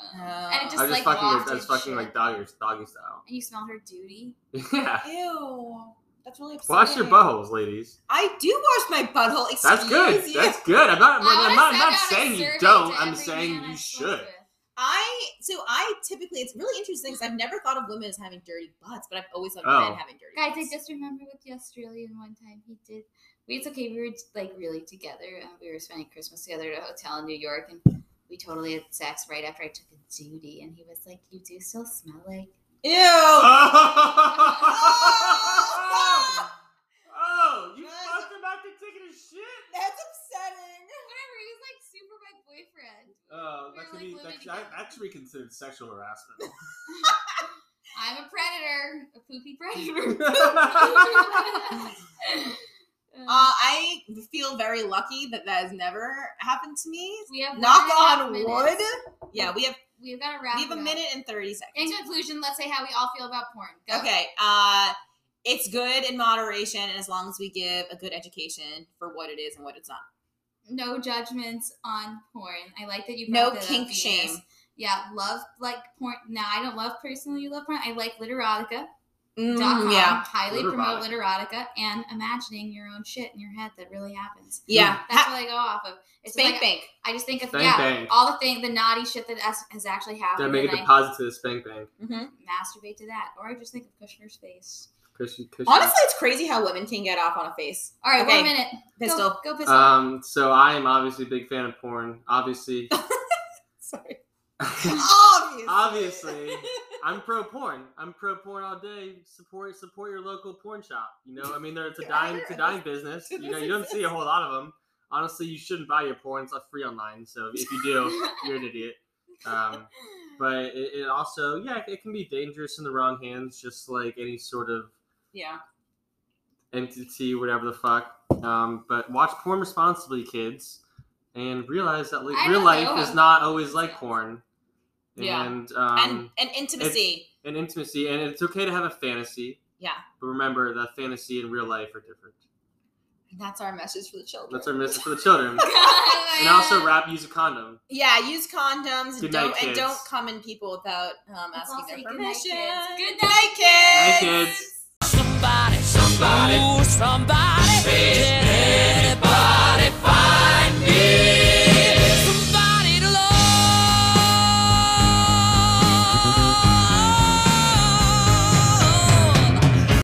Speaker 2: Oh.
Speaker 3: and it
Speaker 1: I
Speaker 3: just
Speaker 1: was
Speaker 3: like
Speaker 1: just fucking,
Speaker 3: walked
Speaker 1: I was
Speaker 3: and
Speaker 1: fucking
Speaker 3: shit.
Speaker 1: like doggy, doggy style.
Speaker 3: And you smelled her duty.
Speaker 1: Yeah.
Speaker 2: Ew. That's really upsetting.
Speaker 1: Wash your buttholes, ladies.
Speaker 2: I do wash my butthole. Excuse
Speaker 1: That's good.
Speaker 2: You.
Speaker 1: That's good. I'm not. I'm,
Speaker 3: I
Speaker 1: not- I'm not, I'm
Speaker 3: wanna
Speaker 1: not
Speaker 3: send out a
Speaker 1: saying you
Speaker 3: survey
Speaker 1: don't.
Speaker 3: to
Speaker 1: I'm
Speaker 3: every
Speaker 1: saying
Speaker 3: man I
Speaker 1: you
Speaker 3: slept
Speaker 1: should.
Speaker 3: with.
Speaker 2: I so I typically it's really interesting because I've never thought of women as having dirty butts, but I've always thought of
Speaker 1: Oh.
Speaker 2: men having dirty
Speaker 3: Guys, I
Speaker 2: butts.
Speaker 3: just remember with the Australian one time he did. We, it's okay. We were like really together. Uh, we were spending Christmas together at a hotel in New York, and we totally had sex right after I took a duty. And he was like, "You do still smell like."
Speaker 2: Ew.
Speaker 1: Oh, you fucked him after taking a shit.
Speaker 2: That's upsetting.
Speaker 3: Whatever. He was like super my boyfriend.
Speaker 1: Oh,
Speaker 3: We're
Speaker 1: that could
Speaker 3: like
Speaker 1: be
Speaker 3: living
Speaker 1: that, that,
Speaker 3: together.
Speaker 1: that should be considered sexual harassment.
Speaker 3: I'm a predator, a poopy predator.
Speaker 2: Uh,
Speaker 3: Uh,
Speaker 2: I feel very lucky that that has never happened to me.
Speaker 3: we have one
Speaker 2: Knock
Speaker 3: and a half
Speaker 2: on
Speaker 3: minutes.
Speaker 2: wood. Yeah, we have
Speaker 3: We've got to wrap.
Speaker 2: we have
Speaker 3: it
Speaker 2: a
Speaker 3: up.
Speaker 2: minute and thirty seconds.
Speaker 3: In conclusion, let's say how we all feel about porn. Go.
Speaker 2: Okay. Uh, it's good in moderation, and as long as we give a good education for what it is and what it's not.
Speaker 3: no judgments on porn. I like that you
Speaker 2: No
Speaker 3: brought that up,
Speaker 2: kink
Speaker 3: Venus.
Speaker 2: shame.
Speaker 3: Yeah, love like porn. Now I don't love personally love porn. I like literotica.com.
Speaker 2: Mm, yeah.
Speaker 3: Highly promote
Speaker 1: Literotica.
Speaker 3: literotica and imagining your own shit in your head that really happens.
Speaker 2: Yeah.
Speaker 3: That's
Speaker 2: Ha-
Speaker 3: what I go off of. Mm. It's
Speaker 2: spank
Speaker 3: like
Speaker 2: bank.
Speaker 3: I just think of
Speaker 1: Spank
Speaker 3: yeah,
Speaker 1: bank.
Speaker 3: all the thing, the naughty shit that has, has actually
Speaker 1: Gotta
Speaker 3: happened.
Speaker 1: make a
Speaker 3: and I
Speaker 1: deposit to the spank bank.
Speaker 2: hmm
Speaker 3: Mm-hmm. masturbate to that, or I just think of Kushner's face.
Speaker 1: Cushy, cushy.
Speaker 2: Honestly, it's crazy how women can get off on a face.
Speaker 3: All right,
Speaker 2: Okay.
Speaker 3: one minute. Go-
Speaker 2: Pistol.
Speaker 3: Go, pistol.
Speaker 1: Um, so I am obviously a big fan of porn. Obviously,
Speaker 2: Sorry.
Speaker 1: obviously, I'm pro porn. I'm pro porn all day. Support support your local porn shop. You know, I mean, they're it's a
Speaker 2: Yeah,
Speaker 1: dying it's
Speaker 2: there
Speaker 1: a dying business.
Speaker 2: It
Speaker 1: You know,
Speaker 2: does
Speaker 1: you don't see a whole lot of them. Honestly, you shouldn't buy your porn. It's not free online. So if you do, you're an idiot. Um, but it, it also, yeah, it can be dangerous in the wrong hands, just like any sort of
Speaker 2: yeah.
Speaker 1: entity, whatever the fuck. Um, but watch porn responsibly, kids, and realize that like,
Speaker 3: I
Speaker 1: real
Speaker 3: don't
Speaker 1: life
Speaker 3: know.
Speaker 1: is not always like porn.
Speaker 2: Yeah.
Speaker 1: And um,
Speaker 2: and and intimacy.
Speaker 1: and, intimacy, and it's okay to have a fantasy.
Speaker 2: Yeah.
Speaker 1: But remember that fantasy and real life are different.
Speaker 2: And that's our message for the children.
Speaker 1: That's our message for the children.
Speaker 3: God,
Speaker 1: and also,
Speaker 3: man.
Speaker 1: wrap use a condom.
Speaker 2: yeah, use condoms and
Speaker 1: Good
Speaker 2: don't
Speaker 1: night,
Speaker 2: and don't
Speaker 1: kids.
Speaker 2: come in people without um,
Speaker 3: Let's all
Speaker 2: asking
Speaker 3: say
Speaker 2: their
Speaker 3: good night,
Speaker 2: permission.
Speaker 3: kids. Good
Speaker 2: night,
Speaker 1: Night,
Speaker 2: kids.
Speaker 1: kids.
Speaker 5: Somebody, somebody, somebody, did anybody